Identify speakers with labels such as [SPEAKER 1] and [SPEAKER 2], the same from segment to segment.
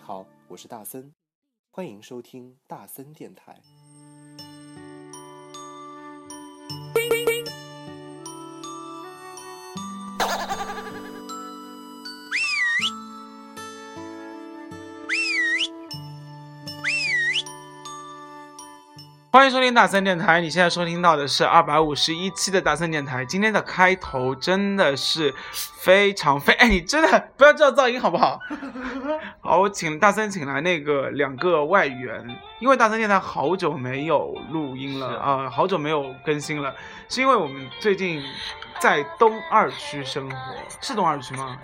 [SPEAKER 1] 好，我是大森，欢迎收听大森电台。
[SPEAKER 2] 欢迎收听大森电台，你现在收听到的是二百五十一期的大森电台。今天的开头真的是非常非， 哎，你真的不要制造噪音好不好？ 好，我请大森请来那个两个外援，因为大森电台好久没有录音了
[SPEAKER 3] 是
[SPEAKER 2] 啊、好久没有更新了，是因为我们最近在东二区生活，是东二区吗？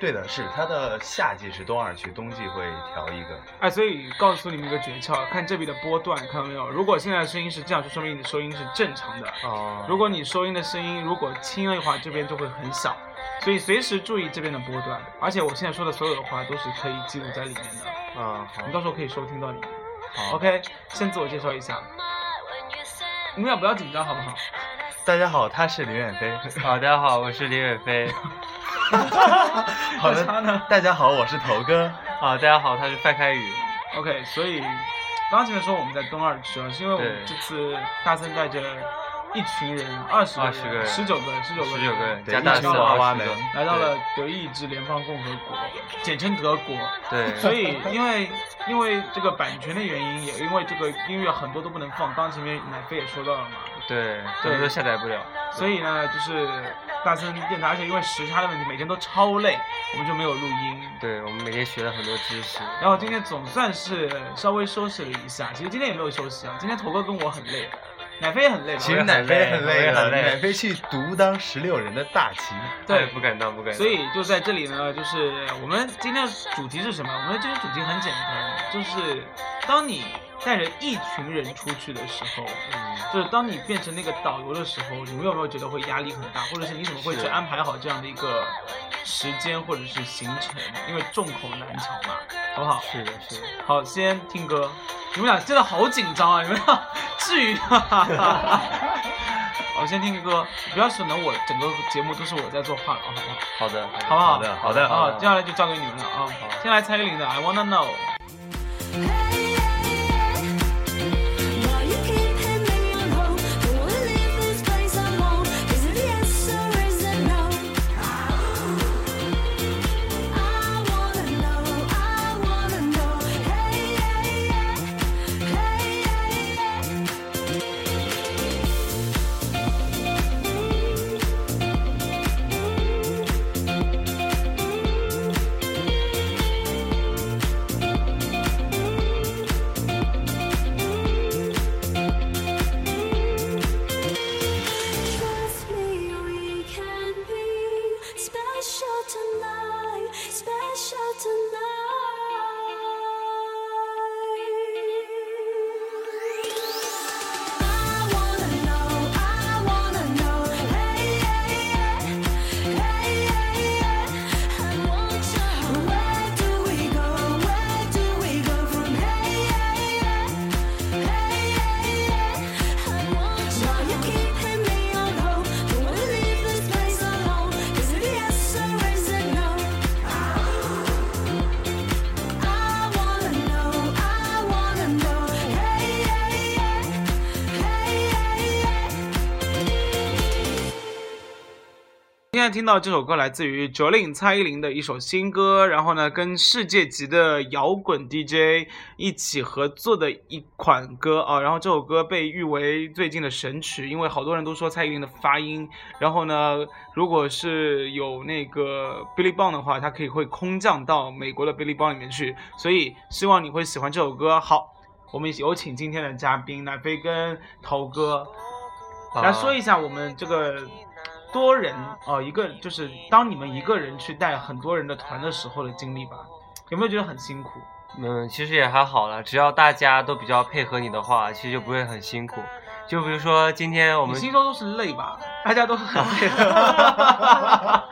[SPEAKER 3] 对的，是它的夏季是冬二区，冬季会调一个。
[SPEAKER 2] 哎，所以告诉你们一个诀窍，看这里的波段，看到没有？如果现在声音是这样，就说明你的收音是正常的。
[SPEAKER 3] 哦
[SPEAKER 2] 如果你收音的声音如果轻了的话，这边就会很小，所以随时注意这边的波段。而且我现在说的所有的话都是可以记录在里面的，
[SPEAKER 4] 嗯
[SPEAKER 3] 啊，
[SPEAKER 2] 你到时候可以收听到里面。
[SPEAKER 3] 好
[SPEAKER 2] OK，先自我介绍一下，你们俩不要紧张好不好？
[SPEAKER 3] 大家好，他是林远飞。好，大家好，我是林远飞。 好的
[SPEAKER 2] 他呢，
[SPEAKER 3] 大家好，我是头哥。啊，大家好，他是范开宇。
[SPEAKER 2] OK，所以刚刚前面说我们在东二区啊，是因为我们
[SPEAKER 3] 对
[SPEAKER 2] 这次大森带着一群人，二十
[SPEAKER 4] 20个
[SPEAKER 2] 人，
[SPEAKER 4] 人
[SPEAKER 2] 十九个，十九个，
[SPEAKER 4] 十九个人
[SPEAKER 3] 对
[SPEAKER 4] 加
[SPEAKER 3] 一
[SPEAKER 4] 大
[SPEAKER 3] 群
[SPEAKER 2] 四
[SPEAKER 3] 娃娃
[SPEAKER 4] 二十个
[SPEAKER 3] 们
[SPEAKER 2] 来到了德意志联邦共和国，简称德国。
[SPEAKER 4] 对，
[SPEAKER 2] 所以因为因为这个版权的原因，也因为这个音乐很多都不能放，刚刚前面奶飞也说到了嘛，
[SPEAKER 4] 对，
[SPEAKER 2] 对
[SPEAKER 4] 他们都下载不了。
[SPEAKER 2] 所以呢，就是大森电台，而且因为时差的问题，每天都超累，我们就没有录音。
[SPEAKER 4] 对我们每天学了很多知识。
[SPEAKER 2] 然后今天总算是稍微休息了一下，其实今天也没有休息啊，今天头哥跟我很累，奶飞也很累，
[SPEAKER 3] 其
[SPEAKER 4] 我
[SPEAKER 3] 实
[SPEAKER 4] 也
[SPEAKER 3] 奶
[SPEAKER 4] 很
[SPEAKER 3] 飞
[SPEAKER 4] 累
[SPEAKER 3] 很
[SPEAKER 4] 我
[SPEAKER 3] 累
[SPEAKER 4] 也
[SPEAKER 3] 的，
[SPEAKER 4] 很累
[SPEAKER 3] 奶飞去独当十六人的大旗。
[SPEAKER 2] 对
[SPEAKER 4] 哎不敢当，不敢当。
[SPEAKER 2] 所以就在这里呢，就是我们今天的主题是什么？我们的今天主题很简单，就是当你带着一群人出去的时候，
[SPEAKER 4] 嗯，
[SPEAKER 2] 就是当你变成那个导游的时候，你们有没有觉得会压力很大，或者是你怎么会去
[SPEAKER 4] 是
[SPEAKER 2] 安排好这样的一个时间或者是行程？因为众口难调嘛，好不好？
[SPEAKER 4] 是的，是的。
[SPEAKER 2] 好，先听歌。你们俩真的好紧张啊！你们俩至于吗？我先听歌，不要省得我整个节目都是我在做话痨，好不好？
[SPEAKER 4] 好的，
[SPEAKER 2] 好不好？
[SPEAKER 3] 好的好的
[SPEAKER 2] 好，接下来就交给你们了啊。先来蔡依林的《I Wanna Know》。
[SPEAKER 5] Now you keep hanging on hope. Don't wanna leave this place alone. Is it yes or is it no? I wanna know, I wanna know. Hey, hey, yeah. Hey, hey, yeah. Trust me, we can be special tonight, special tonight. I wanna know, I wanna know, hey yeah, hey yeah, I want you. Where do we go? Where do we go from hey yeah? I
[SPEAKER 2] 现在听到这首歌来自于 Jolin 蔡依林的一首新歌，然后呢，跟世界级的摇滚 DJ 一起合作的一款歌啊，然后这首歌被誉为最近的神曲，因为好多人都说蔡依林的发音，然后呢，如果是有那个 Billy Bond 的话，它可以会空降到美国的 Billy Bond 里面去，所以希望你会喜欢这首歌。好，我们有请今天的嘉宾奶飞跟头哥，
[SPEAKER 4] 啊
[SPEAKER 2] 来说一下我们这个多人哦、一个就是当你们一个人去带很多人的团的时候的经历吧，有没有觉得很辛苦？
[SPEAKER 4] 嗯，其实也还好啦，只要大家都比较配合你的话，其实就不会很辛苦。就比如说今天我
[SPEAKER 2] 我
[SPEAKER 4] 们
[SPEAKER 2] 心中都是累 吧，大家都很累的。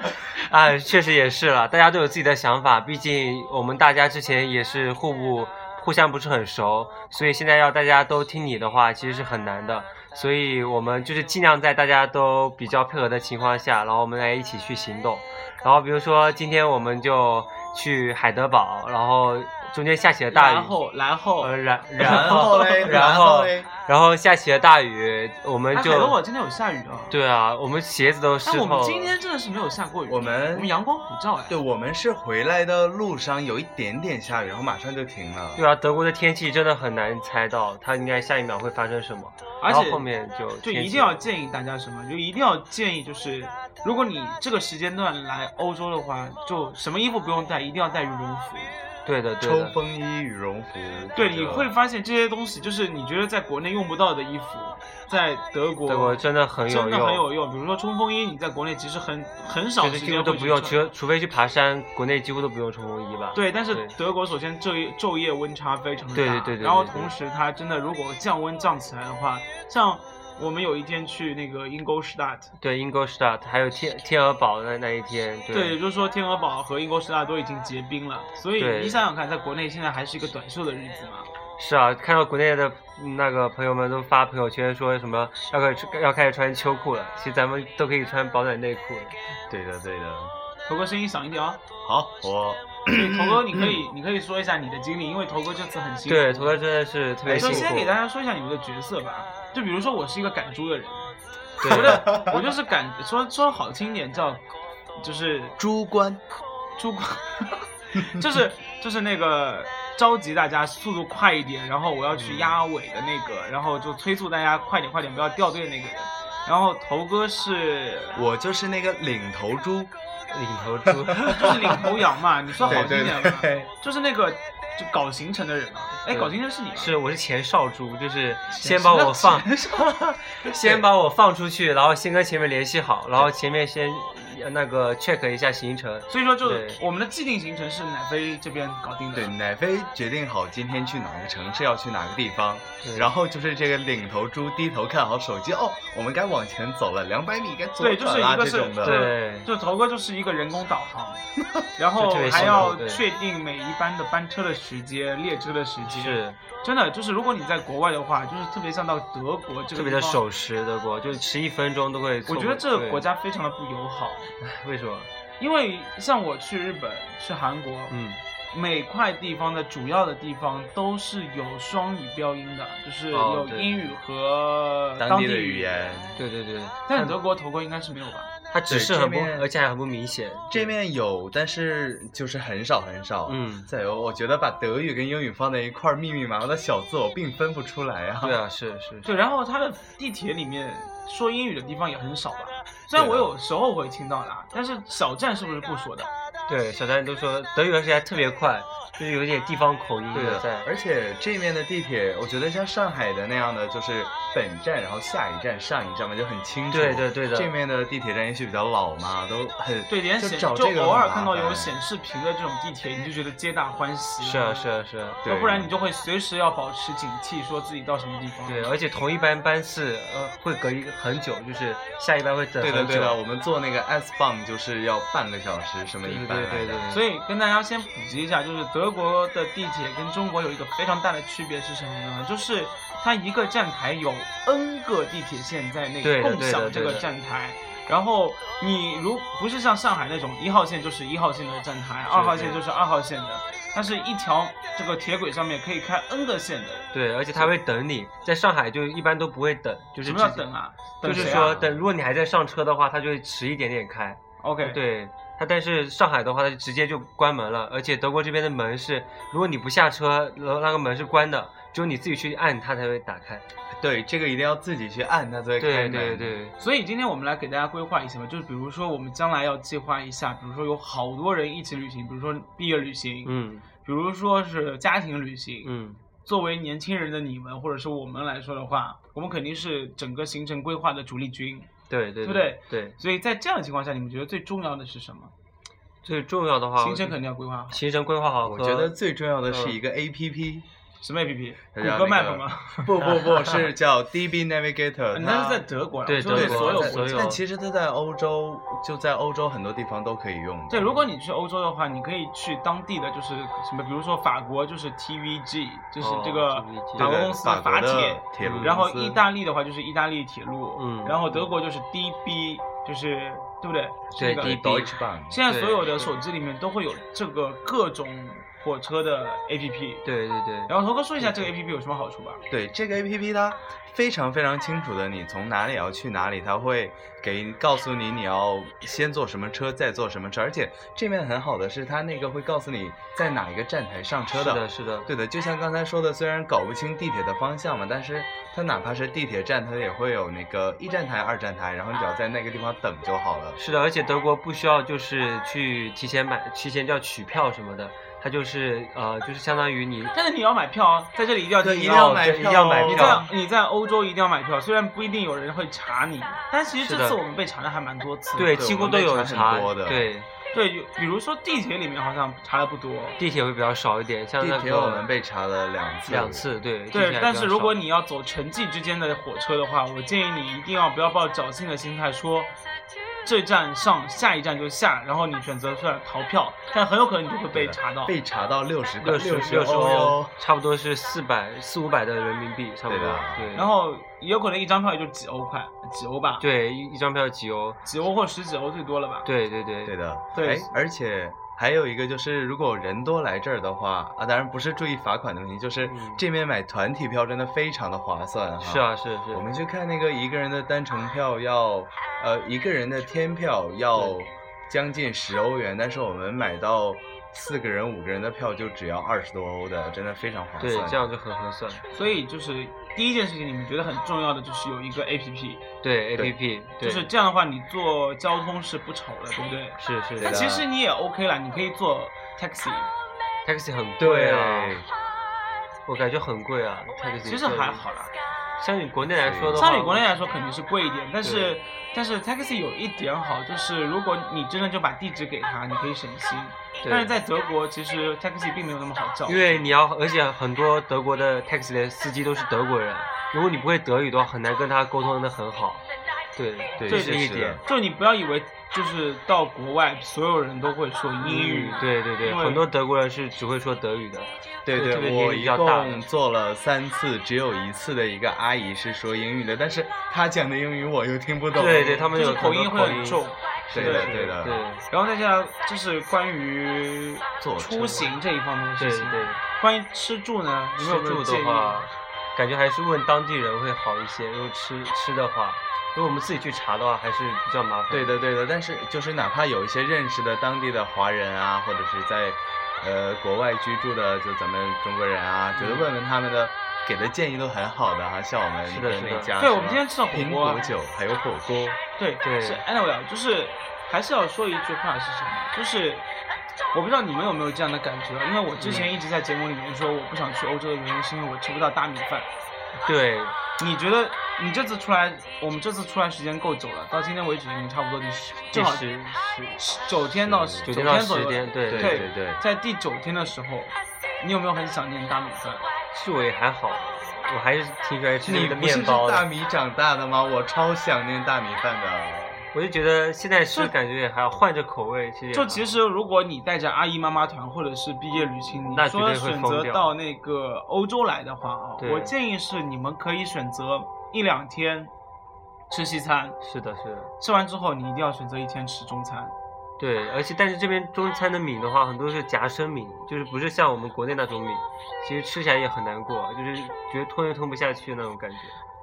[SPEAKER 4] 啊，确实也是啦，大家都有自己的想法，毕竟我们大家之前也是互不互相不是很熟，所以现在要大家都听你的话，其实是很难的。所以我们就是尽量在大家都比较配合的情况下，然后我们来一起去行动。然后比如说今天我们就去海德堡，然后中间下起了大雨
[SPEAKER 2] 然，后然后
[SPEAKER 4] 呃，然
[SPEAKER 3] 然
[SPEAKER 4] 后
[SPEAKER 3] 后嘞，
[SPEAKER 4] 然
[SPEAKER 3] 后
[SPEAKER 4] 后
[SPEAKER 3] 嘞，
[SPEAKER 4] 然后下起了大雨，我
[SPEAKER 2] 哎
[SPEAKER 4] 们
[SPEAKER 2] 海德堡
[SPEAKER 4] 就
[SPEAKER 2] 今天有下雨啊。。
[SPEAKER 4] 对啊，我们鞋子都湿
[SPEAKER 2] 但我
[SPEAKER 4] 透
[SPEAKER 2] 们
[SPEAKER 4] 了。
[SPEAKER 2] 今天真的是没有下过雨，
[SPEAKER 3] 我们
[SPEAKER 2] 我们阳光普照哎。
[SPEAKER 3] 对，我们是回来的路上有一点点下雨，然后马上就停了。
[SPEAKER 4] 对啊，德国的天气真的很难猜到，它应该下一秒会发生什么，
[SPEAKER 2] 而
[SPEAKER 4] 然后
[SPEAKER 2] 且
[SPEAKER 4] 后面就
[SPEAKER 2] 就
[SPEAKER 4] 天
[SPEAKER 2] 一
[SPEAKER 4] 气
[SPEAKER 2] 定要建议大家什么？就一定要建议就是，如果你这个时间段来欧洲的话，就什么衣服不用带，一定要带羽绒服。
[SPEAKER 4] 对的对
[SPEAKER 3] 冲
[SPEAKER 4] 的，
[SPEAKER 3] 锋衣、羽绒服，
[SPEAKER 2] 对，
[SPEAKER 3] 或
[SPEAKER 2] 你
[SPEAKER 3] 者
[SPEAKER 2] 会发现这些东西，就是你觉得在国内用不到的衣服，在德国
[SPEAKER 4] 德国真的很有
[SPEAKER 2] 真的很
[SPEAKER 4] 用，
[SPEAKER 2] 有用。比如说冲锋衣，你在国内其实很很少
[SPEAKER 4] 就是
[SPEAKER 2] 时
[SPEAKER 4] 几
[SPEAKER 2] 间
[SPEAKER 4] 乎
[SPEAKER 2] 会
[SPEAKER 4] 都
[SPEAKER 2] 去
[SPEAKER 4] 不用，
[SPEAKER 2] 穿
[SPEAKER 4] 除除非去爬山，国内几乎都不用冲锋衣吧。
[SPEAKER 2] 对，但是
[SPEAKER 4] 对
[SPEAKER 2] 德国首先昼夜昼夜温差非常大，
[SPEAKER 4] 对对对对
[SPEAKER 2] 然后
[SPEAKER 4] 对
[SPEAKER 2] 同时它真的如果降温降起来的话，像我们有一天去那个 Ingolstadt，
[SPEAKER 4] 对，Ingolstadt 还有天天鹅堡的那一天，
[SPEAKER 2] 对，也就是说天鹅堡和英国十大都已经结冰了，所以
[SPEAKER 4] 对
[SPEAKER 2] 你想想看，在国内现在还是一个短袖的日子嘛。
[SPEAKER 4] 是啊，看到国内的那个朋友们都发朋友圈说什么要开始要开始穿秋裤了，其实咱们都可以穿保暖内裤了。
[SPEAKER 3] 对的，对的。
[SPEAKER 2] 头哥声音响一点啊，
[SPEAKER 3] 好，我
[SPEAKER 4] 嗯
[SPEAKER 2] 所以头哥你可以你可以说一下你的经历，因为头哥这次很辛苦。
[SPEAKER 4] 对，头哥真的是特别辛
[SPEAKER 2] 首
[SPEAKER 4] 苦。
[SPEAKER 2] 先给大家说一下你们的角色吧，就比如说我是一个赶猪的人，
[SPEAKER 4] 对
[SPEAKER 2] 我的我就是赶说说好听点叫，就是
[SPEAKER 3] 猪官，
[SPEAKER 2] 猪光， 就是就是那个召集大家速度快一点，然后我要去压
[SPEAKER 4] 嗯
[SPEAKER 2] 尾的那个，然后就催促大家快点快点，不要掉队的那个人。然后头哥是
[SPEAKER 3] 我就是那个领头猪。
[SPEAKER 4] 领头猪，
[SPEAKER 2] 就是领头羊嘛，你说好
[SPEAKER 3] 对
[SPEAKER 2] 听
[SPEAKER 3] 对
[SPEAKER 2] 点嘛，
[SPEAKER 3] 对，
[SPEAKER 2] 就是那个就搞行程的人嘛。哎，
[SPEAKER 4] 对
[SPEAKER 2] 搞行程是你吗？
[SPEAKER 4] 是我是前少猪，就是先把我放， 先
[SPEAKER 3] 对
[SPEAKER 4] 把我放出去，然后先跟前面联系好，然后前面先呃那个 check 一下行程。
[SPEAKER 2] 所以说，就
[SPEAKER 4] 对
[SPEAKER 2] 我们的既定行程是奶飞这边搞定的
[SPEAKER 3] 对，。奶飞决定好今天去哪个城市，要去哪个地方，
[SPEAKER 4] 对
[SPEAKER 3] 然后就是这个领头猪低头看好手机，哦，我们该往前走了，两百米该左
[SPEAKER 2] 对就是
[SPEAKER 3] 转啦
[SPEAKER 2] 一个
[SPEAKER 3] 这
[SPEAKER 2] 是
[SPEAKER 3] 种的。
[SPEAKER 4] 对
[SPEAKER 2] 就头哥就是一个人工导 航，然后
[SPEAKER 4] 就特别
[SPEAKER 2] 还
[SPEAKER 4] 辛苦
[SPEAKER 2] 要
[SPEAKER 4] 对
[SPEAKER 2] 确定每一班的班车的时间、列车的时间，
[SPEAKER 4] 是
[SPEAKER 2] 真的就是，如果你在国外的话，就是特别像到德国这个
[SPEAKER 4] 特别的
[SPEAKER 2] 地方，
[SPEAKER 4] 守时，德国就十一分钟都会错
[SPEAKER 2] 我
[SPEAKER 4] 过。
[SPEAKER 2] 觉得这个
[SPEAKER 4] 对
[SPEAKER 2] 国家非常的不友好，
[SPEAKER 4] 为什么？
[SPEAKER 2] 因为像我去日本、去韩国，
[SPEAKER 4] 嗯，
[SPEAKER 2] 每块地方的主要的地方都是有双语标音的，就是
[SPEAKER 4] 哦
[SPEAKER 2] 有
[SPEAKER 4] 对
[SPEAKER 2] 英语和
[SPEAKER 3] 当
[SPEAKER 2] 地
[SPEAKER 3] 地的语言。
[SPEAKER 4] 对对对，
[SPEAKER 2] 但德国头哥应该是没有吧？
[SPEAKER 4] 它只
[SPEAKER 3] 对
[SPEAKER 4] 是
[SPEAKER 3] 这
[SPEAKER 4] 很不，
[SPEAKER 3] 面
[SPEAKER 4] 而且还很不明显。
[SPEAKER 3] 这面有，但是就是很少很少。
[SPEAKER 4] 嗯
[SPEAKER 3] 再有，我觉得把德语跟英语放在一块儿，密密麻麻的小字我并分不出来啊。
[SPEAKER 4] 对啊，是是
[SPEAKER 2] 对，
[SPEAKER 4] 是，
[SPEAKER 2] 然后他的地铁里面说英语的地方也很少吧？虽然我有时候会听到
[SPEAKER 3] 啊
[SPEAKER 2] 啦，但是小站是不是不说的？
[SPEAKER 4] 对小丹都说德语而且还特别快，就是有点地方口音
[SPEAKER 3] 对
[SPEAKER 2] 啊
[SPEAKER 4] 的
[SPEAKER 3] 的
[SPEAKER 4] 在，。
[SPEAKER 3] 嗯而且这面的地铁，我觉得像上海的那样的，就是本站，然后下一站、上一站嘛，就很清楚。
[SPEAKER 4] 对对对的
[SPEAKER 3] 这面的地铁站也许比较老嘛，都很
[SPEAKER 2] 对，连
[SPEAKER 3] 就
[SPEAKER 2] 显
[SPEAKER 3] 找这个
[SPEAKER 2] 偶尔
[SPEAKER 3] 很麻
[SPEAKER 2] 看到有
[SPEAKER 3] 烦
[SPEAKER 2] 显示屏的这种地铁，你就觉得皆大欢喜。
[SPEAKER 4] 是啊是啊是啊，
[SPEAKER 3] 对
[SPEAKER 2] 要不然你就会随时要保持警惕，说自己到什么地方。
[SPEAKER 3] 啊
[SPEAKER 4] 对，而且同一班班次呃会隔一个很久，就是下一班会等
[SPEAKER 3] 对
[SPEAKER 4] 很久。
[SPEAKER 3] 的对的，我们坐那个 S 棒就是要半个小时，什么一
[SPEAKER 4] 对对
[SPEAKER 3] 般
[SPEAKER 4] 对
[SPEAKER 3] 来
[SPEAKER 4] 对
[SPEAKER 3] 的。
[SPEAKER 4] 对，
[SPEAKER 2] 所
[SPEAKER 4] 以
[SPEAKER 2] 以跟大家先普及一下，就是德国的地铁跟中国有一个非常大的区别是什么呢？就是它一个站台有 N 个地铁线在内
[SPEAKER 4] 对的
[SPEAKER 2] 共享这
[SPEAKER 4] 对的对
[SPEAKER 2] 个
[SPEAKER 4] 的
[SPEAKER 2] 站台。然后你如不是像上海那种一号线就是一号线的站台，二号线就是二号线的，它是一条这个铁轨上面可以开 N 个线的。
[SPEAKER 4] 对，而且他会等你，在上海就一般都不会等，就是
[SPEAKER 2] 什么叫
[SPEAKER 4] 直接
[SPEAKER 2] 等？啊？
[SPEAKER 4] 就
[SPEAKER 2] 等
[SPEAKER 4] 是
[SPEAKER 2] 谁啊
[SPEAKER 4] 说等，如果你还在上车的话，他就会迟一点点开。
[SPEAKER 2] ，OK，
[SPEAKER 4] 对他，但是上海的话，他就直接就关门了，而且德国这边的门是，如果你不下车，然后那个门是关的，只有你自己去按它才会打开。
[SPEAKER 3] 对，这个一定要自己去按，它才会开
[SPEAKER 4] 对
[SPEAKER 3] 门。
[SPEAKER 4] 对对，
[SPEAKER 2] 所以今天我们来给大家规划一下吧，就是比如说我们将来要计划一下，比如说有好多人一起旅行，比如说毕业旅行，
[SPEAKER 4] 嗯
[SPEAKER 2] 比如说是家庭旅行。
[SPEAKER 4] 嗯，
[SPEAKER 2] 作为年轻人的你们或者是我们来说的话，我们肯定是整个行程规划的主力军。
[SPEAKER 4] 对对
[SPEAKER 2] 对不
[SPEAKER 4] 对对，
[SPEAKER 2] 所以在这样的情况下，你们觉得最重要的是什么？
[SPEAKER 4] 最重要的话，
[SPEAKER 2] 行程肯定要规划好。
[SPEAKER 4] 行程规划好和，嗯
[SPEAKER 3] 我觉得最重要的是一个 A P P，
[SPEAKER 2] 什么 APP？
[SPEAKER 3] 它
[SPEAKER 2] 谷
[SPEAKER 3] 叫
[SPEAKER 2] 歌
[SPEAKER 3] 那个
[SPEAKER 2] Map 吗？
[SPEAKER 3] 不不不，是叫 D B Navigator 它。
[SPEAKER 2] 你 那是在德国啦，
[SPEAKER 4] 对
[SPEAKER 2] 我说的
[SPEAKER 3] 对
[SPEAKER 2] 是
[SPEAKER 4] 德国
[SPEAKER 2] 所有
[SPEAKER 4] 在
[SPEAKER 2] 国家。
[SPEAKER 4] 有
[SPEAKER 3] 但其实它在欧洲，就在欧洲很多地方都可以用的。
[SPEAKER 2] 对，如果你去欧洲的话，你可以去当地的，就是什么，比如说法国就是 TVG，就是
[SPEAKER 4] 哦
[SPEAKER 2] 这个
[SPEAKER 4] TVG
[SPEAKER 2] 法
[SPEAKER 3] 对
[SPEAKER 2] 国
[SPEAKER 3] 对
[SPEAKER 2] 公司
[SPEAKER 3] 法
[SPEAKER 2] 的
[SPEAKER 3] 国
[SPEAKER 2] 法
[SPEAKER 3] 的
[SPEAKER 2] 铁，
[SPEAKER 3] 铁路公司，
[SPEAKER 2] 然后意大利的话就是意大利铁路，
[SPEAKER 4] 嗯
[SPEAKER 2] 然后德国就是 DB，就是对不对？这
[SPEAKER 4] 对
[SPEAKER 2] 个
[SPEAKER 4] DB
[SPEAKER 3] Deutsche Bahn，
[SPEAKER 2] 现在所有的
[SPEAKER 4] 对
[SPEAKER 2] 手机里面都会有这个各种火车的 APP。
[SPEAKER 4] 对对对，
[SPEAKER 2] 然后头哥说一下这个 APP 有什么好处吧？
[SPEAKER 3] 对这个 A P P，它非常非常清楚的，你从哪里要去哪里，它会给告诉你你要先坐什么车，再坐什么车。而且这面很好的是，它那个会告诉你在哪一个站台上车
[SPEAKER 4] 是的，是的，
[SPEAKER 3] 对的，就像刚才说的，虽然搞不清地铁的方向嘛，但是它哪怕是地铁站，它也会有那个一站台、二站台，然后你只要在那个地方等就好了。
[SPEAKER 4] 是的，而且德国不需要就是去提前买，提前叫取票什么的，它就是呃，就是相当于你
[SPEAKER 2] 但是你要买票啊，在这里一定要
[SPEAKER 3] 对
[SPEAKER 2] 提
[SPEAKER 3] 一
[SPEAKER 2] 醒
[SPEAKER 3] 定
[SPEAKER 2] 到
[SPEAKER 3] 要
[SPEAKER 4] 哦
[SPEAKER 3] 买
[SPEAKER 4] 对一定要买
[SPEAKER 3] 票
[SPEAKER 2] 你在
[SPEAKER 4] 票
[SPEAKER 2] 你在欧洲一定要买票，虽然不一定有人会查你，但其实
[SPEAKER 4] 是
[SPEAKER 2] 这
[SPEAKER 4] 的
[SPEAKER 2] 次我们被查的还蛮多次的。
[SPEAKER 4] 对
[SPEAKER 3] 对
[SPEAKER 4] 几
[SPEAKER 3] 我
[SPEAKER 4] 乎
[SPEAKER 3] 们
[SPEAKER 4] 都
[SPEAKER 3] 被
[SPEAKER 4] 有
[SPEAKER 3] 查
[SPEAKER 4] 查
[SPEAKER 3] 很多，的
[SPEAKER 4] 对，
[SPEAKER 2] 对，有比如说地铁里面好像查的不多，
[SPEAKER 4] 地铁会比较少一点，像那
[SPEAKER 3] 地铁我们
[SPEAKER 4] 个
[SPEAKER 3] 被查了两次，
[SPEAKER 4] 两。次，对地铁还
[SPEAKER 2] 对
[SPEAKER 4] 比，
[SPEAKER 2] 但
[SPEAKER 4] 较
[SPEAKER 2] 是如果
[SPEAKER 4] 少
[SPEAKER 2] 你要走城际之间的火车的话，我建议你一定要不要抱侥幸的心态说，这站上下一站就下，然后你选择算逃票，但很有可能你就会被查到。
[SPEAKER 3] 被查到六十
[SPEAKER 4] 六
[SPEAKER 3] 十
[SPEAKER 4] 十
[SPEAKER 3] 六
[SPEAKER 4] 六十
[SPEAKER 3] 欧
[SPEAKER 4] 欧
[SPEAKER 3] 哟，，
[SPEAKER 4] 差不多是四百四五百的人民币，差不
[SPEAKER 3] 对
[SPEAKER 4] 多
[SPEAKER 3] 的。
[SPEAKER 4] 对，
[SPEAKER 2] 然后也有可能一张票也就几欧块，几欧吧，
[SPEAKER 4] 对一一张票几欧？
[SPEAKER 2] 几欧或十几欧最多了吧。
[SPEAKER 4] 对对对
[SPEAKER 3] 对的，
[SPEAKER 2] 对
[SPEAKER 3] 哎，而且还有一个就是，如果人多来这儿的话啊，当然不是注意罚款的问题，就是
[SPEAKER 4] 嗯
[SPEAKER 3] 这边买团体票真的非常的划算哈。
[SPEAKER 4] 是，啊是是。
[SPEAKER 3] 我们去看那个一个人的单程票要，呃，一个人的天票要将近十欧元，但是我们买到四个人、五个人的票就只要二十多欧的，真的非常划算。
[SPEAKER 4] 对这样就很合算。
[SPEAKER 2] 所以就是第一件事情，你们觉得很重要的就是有一个 A P P，
[SPEAKER 4] 对 A P
[SPEAKER 3] 对
[SPEAKER 4] P，
[SPEAKER 2] 就是这样的话，你坐交通是不愁的，对不对？
[SPEAKER 4] 是是
[SPEAKER 2] 但
[SPEAKER 4] 的。
[SPEAKER 2] 其实你也 OK 啦，你可以坐 taxi，
[SPEAKER 4] taxi 很贵
[SPEAKER 3] 对
[SPEAKER 4] 啊，我感觉很贵啊。taxi
[SPEAKER 2] 其实还好啦。
[SPEAKER 4] 相比国内来说的话，
[SPEAKER 2] 相比国内来说肯定是贵一点，但是但是 taxi 有一点好，就是如果你真的就把地址给他，你可以省心。
[SPEAKER 4] 对，
[SPEAKER 2] 但是在德国，其实 taxi 并没有那么好叫。
[SPEAKER 4] 因为你要，而且很多德国的 taxi 的司机都是德国人，如果你不会德语的话，很难跟他沟通的很好。对
[SPEAKER 3] 对
[SPEAKER 4] 这
[SPEAKER 2] 是
[SPEAKER 4] 是一
[SPEAKER 3] 的
[SPEAKER 4] 点。
[SPEAKER 2] 就是你不要以为就是到国外所有人都会说英语，
[SPEAKER 4] 嗯对对对，
[SPEAKER 2] 因为
[SPEAKER 4] 很多德国人是只会说德语的。
[SPEAKER 3] 对
[SPEAKER 4] 对特别
[SPEAKER 3] 对，
[SPEAKER 4] 年
[SPEAKER 3] 我
[SPEAKER 4] 纪比
[SPEAKER 3] 一
[SPEAKER 4] 较大的
[SPEAKER 3] 共做了三次，只有一次的一个阿姨是说英语的，但是她讲的英语我又听不懂。
[SPEAKER 4] 对对，他们
[SPEAKER 2] 就
[SPEAKER 4] 有
[SPEAKER 2] 是口
[SPEAKER 4] 很多
[SPEAKER 2] 音会很重。
[SPEAKER 3] 对
[SPEAKER 2] 是
[SPEAKER 3] 的
[SPEAKER 2] 的
[SPEAKER 3] 对的。
[SPEAKER 4] 对
[SPEAKER 2] 然后再下来就是关于
[SPEAKER 3] 坐车
[SPEAKER 2] 出行这一方面的
[SPEAKER 4] 对
[SPEAKER 2] 事情。
[SPEAKER 4] 对，
[SPEAKER 2] 关于吃住呢，你们有
[SPEAKER 4] 吃
[SPEAKER 2] 没有
[SPEAKER 4] 住
[SPEAKER 2] 建
[SPEAKER 4] 的
[SPEAKER 2] 议？
[SPEAKER 4] 话，感觉还是问当地人会好一些。因为吃吃的话，如果我们自己去查的话，还是比较麻烦。
[SPEAKER 3] 对的，对的，但是就是哪怕有一些认识的当地的华人啊，或者是在呃国外居住的，就咱们中国人啊，觉得问问他们的，给的建议都很好的哈、像我们
[SPEAKER 4] 是的是
[SPEAKER 3] 那
[SPEAKER 4] 的
[SPEAKER 3] 家什么
[SPEAKER 2] 对我们今天吃了火
[SPEAKER 3] 苹
[SPEAKER 2] 锅啊
[SPEAKER 3] 果酒还有火锅，
[SPEAKER 2] 对
[SPEAKER 4] 对
[SPEAKER 2] 是 anyway，啊就是还是要说一句话是什么？就是我不知道你们有没有这样的感觉啊，因为我之
[SPEAKER 4] 嗯
[SPEAKER 2] 前一直在节目里面说我不想去欧洲的原因是因为我吃不到大米饭。
[SPEAKER 4] 对
[SPEAKER 2] 你觉得你这次出来，我们这次出来时间够久了，到今天为止已经差不多第十，
[SPEAKER 4] 第
[SPEAKER 2] 正好
[SPEAKER 4] 十
[SPEAKER 2] 十九天到十
[SPEAKER 4] 九
[SPEAKER 2] 天
[SPEAKER 4] 天到
[SPEAKER 2] 左
[SPEAKER 4] 十
[SPEAKER 2] 右
[SPEAKER 4] 天，对
[SPEAKER 3] 对
[SPEAKER 2] 对
[SPEAKER 3] 对对
[SPEAKER 2] 在第九天的时候，你有没有很想念大米饭？
[SPEAKER 4] 其实我也还好，我还是挺喜欢吃那
[SPEAKER 3] 你
[SPEAKER 4] 里的
[SPEAKER 3] 不是
[SPEAKER 4] 面
[SPEAKER 3] 是
[SPEAKER 4] 包
[SPEAKER 3] 大
[SPEAKER 4] 的。
[SPEAKER 3] 米长大的吗？我超想念大米饭的。
[SPEAKER 4] 我就觉得现在吃
[SPEAKER 2] 就
[SPEAKER 4] 感觉也还好，换着口味其实也
[SPEAKER 2] 就
[SPEAKER 4] 还好
[SPEAKER 2] 其实，如果你带着阿姨妈妈团或者是毕业旅行，你
[SPEAKER 4] 那绝
[SPEAKER 2] 说
[SPEAKER 4] 对会
[SPEAKER 2] 选
[SPEAKER 4] 疯
[SPEAKER 2] 择
[SPEAKER 4] 掉
[SPEAKER 2] 到那个欧洲来的话啊，
[SPEAKER 4] 对
[SPEAKER 2] 我建议是你们可以选择一两天吃西餐，
[SPEAKER 4] 是的是的。
[SPEAKER 2] 吃完之后你一定要选择一天吃中餐。
[SPEAKER 4] 对，而且但是这边中餐的米的话，很多是夹生米，就是不是像我们国内那种米，其实吃起来也很难过，就是觉得吞也吞不下去那种感觉。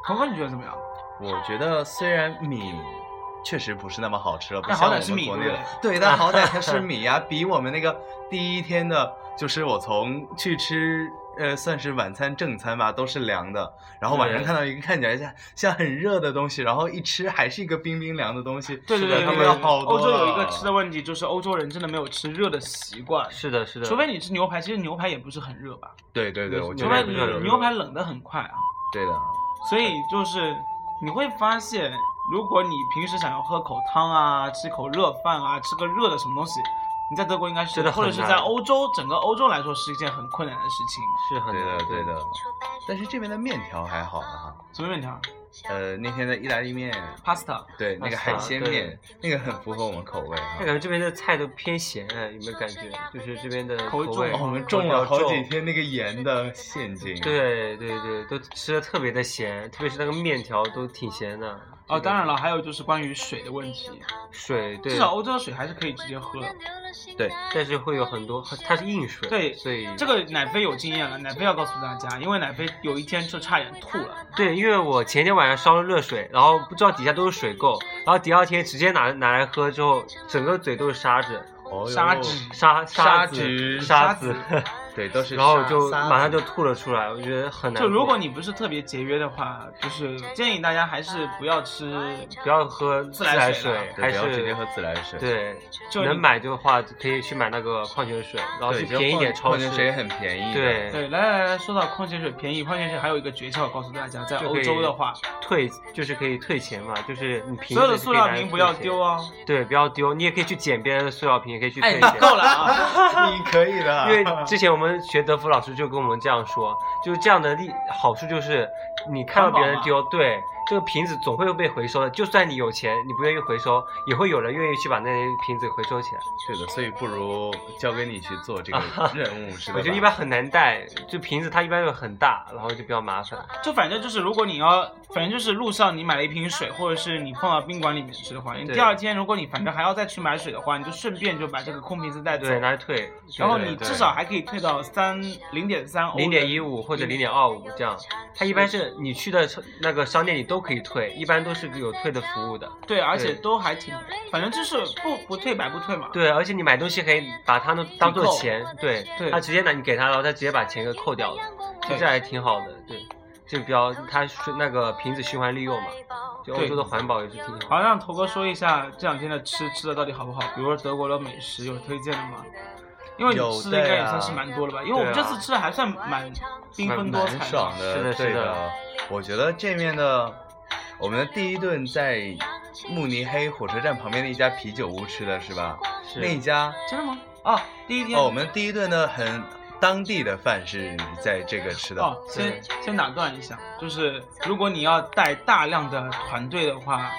[SPEAKER 2] 鹏鹏，你觉得怎么样？
[SPEAKER 3] 我觉得虽然米。确实不是那么好吃了，不
[SPEAKER 2] 但
[SPEAKER 3] 像
[SPEAKER 2] 好
[SPEAKER 3] 我
[SPEAKER 2] 歹是
[SPEAKER 3] 们
[SPEAKER 2] 米
[SPEAKER 3] 国
[SPEAKER 2] 对
[SPEAKER 3] 内
[SPEAKER 2] 不
[SPEAKER 3] 的。对， 但好歹它是米呀、比我们那个第一天的，就是我从去吃，呃，算是晚餐正餐吧，都是凉的。然后晚上
[SPEAKER 4] 对
[SPEAKER 3] 看到一个看起来像像很热的东西，然后一吃还是一个冰冰凉的东西。
[SPEAKER 2] 对对
[SPEAKER 4] 是的
[SPEAKER 2] 对
[SPEAKER 3] 他
[SPEAKER 2] 对
[SPEAKER 3] 们
[SPEAKER 2] 对，
[SPEAKER 3] 要好多
[SPEAKER 2] 欧洲有一个
[SPEAKER 3] 了
[SPEAKER 2] 吃的问题，就是欧洲人真的没有吃热的习惯，
[SPEAKER 4] 是的，是的，
[SPEAKER 2] 除非你吃牛排，其实牛排也不是很热吧，
[SPEAKER 3] 对对对，我觉
[SPEAKER 2] 除
[SPEAKER 4] 牛
[SPEAKER 2] 非
[SPEAKER 4] 排
[SPEAKER 3] 得
[SPEAKER 2] 你
[SPEAKER 4] 比较热
[SPEAKER 2] 牛排冷的很快啊。
[SPEAKER 3] 对的，
[SPEAKER 2] 所以就是你会发现，如果你平时想要喝口汤啊，吃口热饭啊，吃个热的什么东西，你在德国应该是
[SPEAKER 4] 真，的很
[SPEAKER 2] 或者是
[SPEAKER 4] 难
[SPEAKER 2] 在欧洲整个欧洲来说是一件很困难的事情。
[SPEAKER 4] 是很
[SPEAKER 3] 对
[SPEAKER 4] 难
[SPEAKER 3] 的对的。但是这边的面条还好呢哈，
[SPEAKER 2] 什么面条
[SPEAKER 3] 呃，那天的意大利面，
[SPEAKER 2] 啊？pasta。
[SPEAKER 3] 对那个
[SPEAKER 4] 啊
[SPEAKER 3] 海鲜
[SPEAKER 4] 对
[SPEAKER 3] 面，那个很符合我们口味啊哈
[SPEAKER 4] 但。感觉这边的菜都偏咸，哎，有没有感觉？就是这边的
[SPEAKER 2] 口
[SPEAKER 4] 口
[SPEAKER 2] 味重
[SPEAKER 4] 味
[SPEAKER 2] 对
[SPEAKER 3] 哦，我们中了好几。天那个盐的陷阱。，啊
[SPEAKER 4] 对对对，都吃的特别的咸，特别是那个面条都挺咸的。
[SPEAKER 2] 哦，当然了，还有就是关于水的问题，
[SPEAKER 4] 水对
[SPEAKER 2] 至，少欧洲的水还是可以直接喝的。
[SPEAKER 3] 对，
[SPEAKER 4] 但是会有很多，它是硬水，
[SPEAKER 2] 对
[SPEAKER 4] 所以
[SPEAKER 2] 这个奶飞有经验了，奶飞要告诉大家，因为奶飞有一天就差点吐了。
[SPEAKER 4] 对，因为我前天晚上烧了热水，然后不知道底下都是水垢，然后第二天直接拿拿来喝之后，整个嘴都是沙子，
[SPEAKER 3] 哦哟
[SPEAKER 2] 沙纸
[SPEAKER 4] 沙
[SPEAKER 3] 沙
[SPEAKER 4] 子
[SPEAKER 3] 子
[SPEAKER 4] 沙
[SPEAKER 2] 子
[SPEAKER 4] 子，
[SPEAKER 3] 对，都是
[SPEAKER 4] 然后
[SPEAKER 3] 沙
[SPEAKER 4] 就
[SPEAKER 3] 沙
[SPEAKER 4] 马上
[SPEAKER 3] 子
[SPEAKER 4] 就吐了出来，我觉得很难
[SPEAKER 2] 就
[SPEAKER 4] 过。
[SPEAKER 2] 如果你不是特别节约的话，就是建议大家还是不要吃，
[SPEAKER 4] 不要喝自
[SPEAKER 2] 来
[SPEAKER 4] 来
[SPEAKER 2] 水了
[SPEAKER 4] 水，
[SPEAKER 3] 对
[SPEAKER 4] 还是
[SPEAKER 3] 不要直接喝自来水，
[SPEAKER 4] 对，
[SPEAKER 2] 就
[SPEAKER 4] 能
[SPEAKER 2] 你
[SPEAKER 4] 买的话可以去买那个矿泉水，然后
[SPEAKER 3] 对，
[SPEAKER 4] 去
[SPEAKER 3] 就
[SPEAKER 4] 便宜一点
[SPEAKER 3] 矿
[SPEAKER 4] 超
[SPEAKER 3] 矿泉水也
[SPEAKER 4] 市。
[SPEAKER 3] 很便宜的，
[SPEAKER 4] 对
[SPEAKER 2] 对，来来来，说到矿泉水便宜，矿泉水还有一个诀窍，告诉大家，在
[SPEAKER 4] 就
[SPEAKER 2] 欧
[SPEAKER 4] 可以
[SPEAKER 2] 洲的话，
[SPEAKER 4] 退就是可以退钱嘛，就是你瓶
[SPEAKER 2] 所有的
[SPEAKER 4] 子
[SPEAKER 2] 塑
[SPEAKER 4] 可以
[SPEAKER 2] 料
[SPEAKER 4] 拿来
[SPEAKER 2] 瓶不
[SPEAKER 4] 退
[SPEAKER 2] 要
[SPEAKER 4] 钱
[SPEAKER 2] 丢哦。
[SPEAKER 4] 对，不要丢，你也可以去捡别人的塑料瓶，也可以去
[SPEAKER 2] 哎，
[SPEAKER 4] 退
[SPEAKER 2] 你
[SPEAKER 4] 钱。
[SPEAKER 2] 够了啊！
[SPEAKER 3] 你可以的，
[SPEAKER 4] 因为之前我们学德福老师就跟我们这样说，就是这样的利好处就是，你看到别人丢，对这个瓶子总会被回收的。就算你有钱，你不愿意回收，也会有人愿意去把那些瓶子回收起来。
[SPEAKER 3] 是的，所以不如交给你去做这个 任务，是的吧。
[SPEAKER 4] 我觉得一般很难带，就瓶子它一般就很大，然后就比较麻烦。
[SPEAKER 2] 就反正就是，如果你要，反正就是路上你买了一瓶水，或者是你放到宾馆里面吃的话，你
[SPEAKER 4] 对
[SPEAKER 2] 第二天如果你反正还要再去买水的话，你就顺便就把这个空瓶子带走，
[SPEAKER 4] 对，拿来退。
[SPEAKER 2] 然后
[SPEAKER 3] 对
[SPEAKER 2] 你
[SPEAKER 3] 对
[SPEAKER 2] 至少还可以退到三零点三欧，
[SPEAKER 4] 零点一五或
[SPEAKER 2] 嗯
[SPEAKER 4] 者零点二五这样，它一般是你去的那个商店里都可以退，一般都是有退的服务的。
[SPEAKER 2] 对，而且
[SPEAKER 4] 对
[SPEAKER 2] 都还挺，反正就是不不退白不退嘛。
[SPEAKER 4] 对，而且你买东西可以把它当当做
[SPEAKER 2] 抵扣
[SPEAKER 4] 钱，对，
[SPEAKER 2] 对
[SPEAKER 4] 他直接拿你给他，然后他直接把钱给扣掉了，就
[SPEAKER 2] 对
[SPEAKER 4] 这还挺好的，对，就比较它是那个瓶子循环利用嘛，就欧
[SPEAKER 2] 对
[SPEAKER 4] 洲的环保也是挺好的。
[SPEAKER 2] 好，让头哥说一下这两天的吃吃的到底好不好？比如说德国的美食有推荐的吗？因为你
[SPEAKER 3] 有啊
[SPEAKER 2] 吃的
[SPEAKER 3] 的
[SPEAKER 2] 应该也
[SPEAKER 3] 呀
[SPEAKER 2] 算是蛮多了吧？因为我们
[SPEAKER 4] 啊对
[SPEAKER 2] 这
[SPEAKER 4] 啊
[SPEAKER 2] 次吃的还算蛮缤纷多彩
[SPEAKER 3] 蛮爽的，
[SPEAKER 4] 是的
[SPEAKER 3] 对
[SPEAKER 4] 是的
[SPEAKER 3] 我觉得这面的，我们的第一顿在慕尼黑火车站旁边的一家啤酒屋吃的是吧？
[SPEAKER 4] 是
[SPEAKER 3] 那一家
[SPEAKER 2] 真的吗？啊，第一天
[SPEAKER 3] 哦，我们第一顿呢很当地的饭是在这个吃的，
[SPEAKER 2] 哦，先
[SPEAKER 4] 对
[SPEAKER 2] 先打断一下，就是如果你要带大量的团队的话，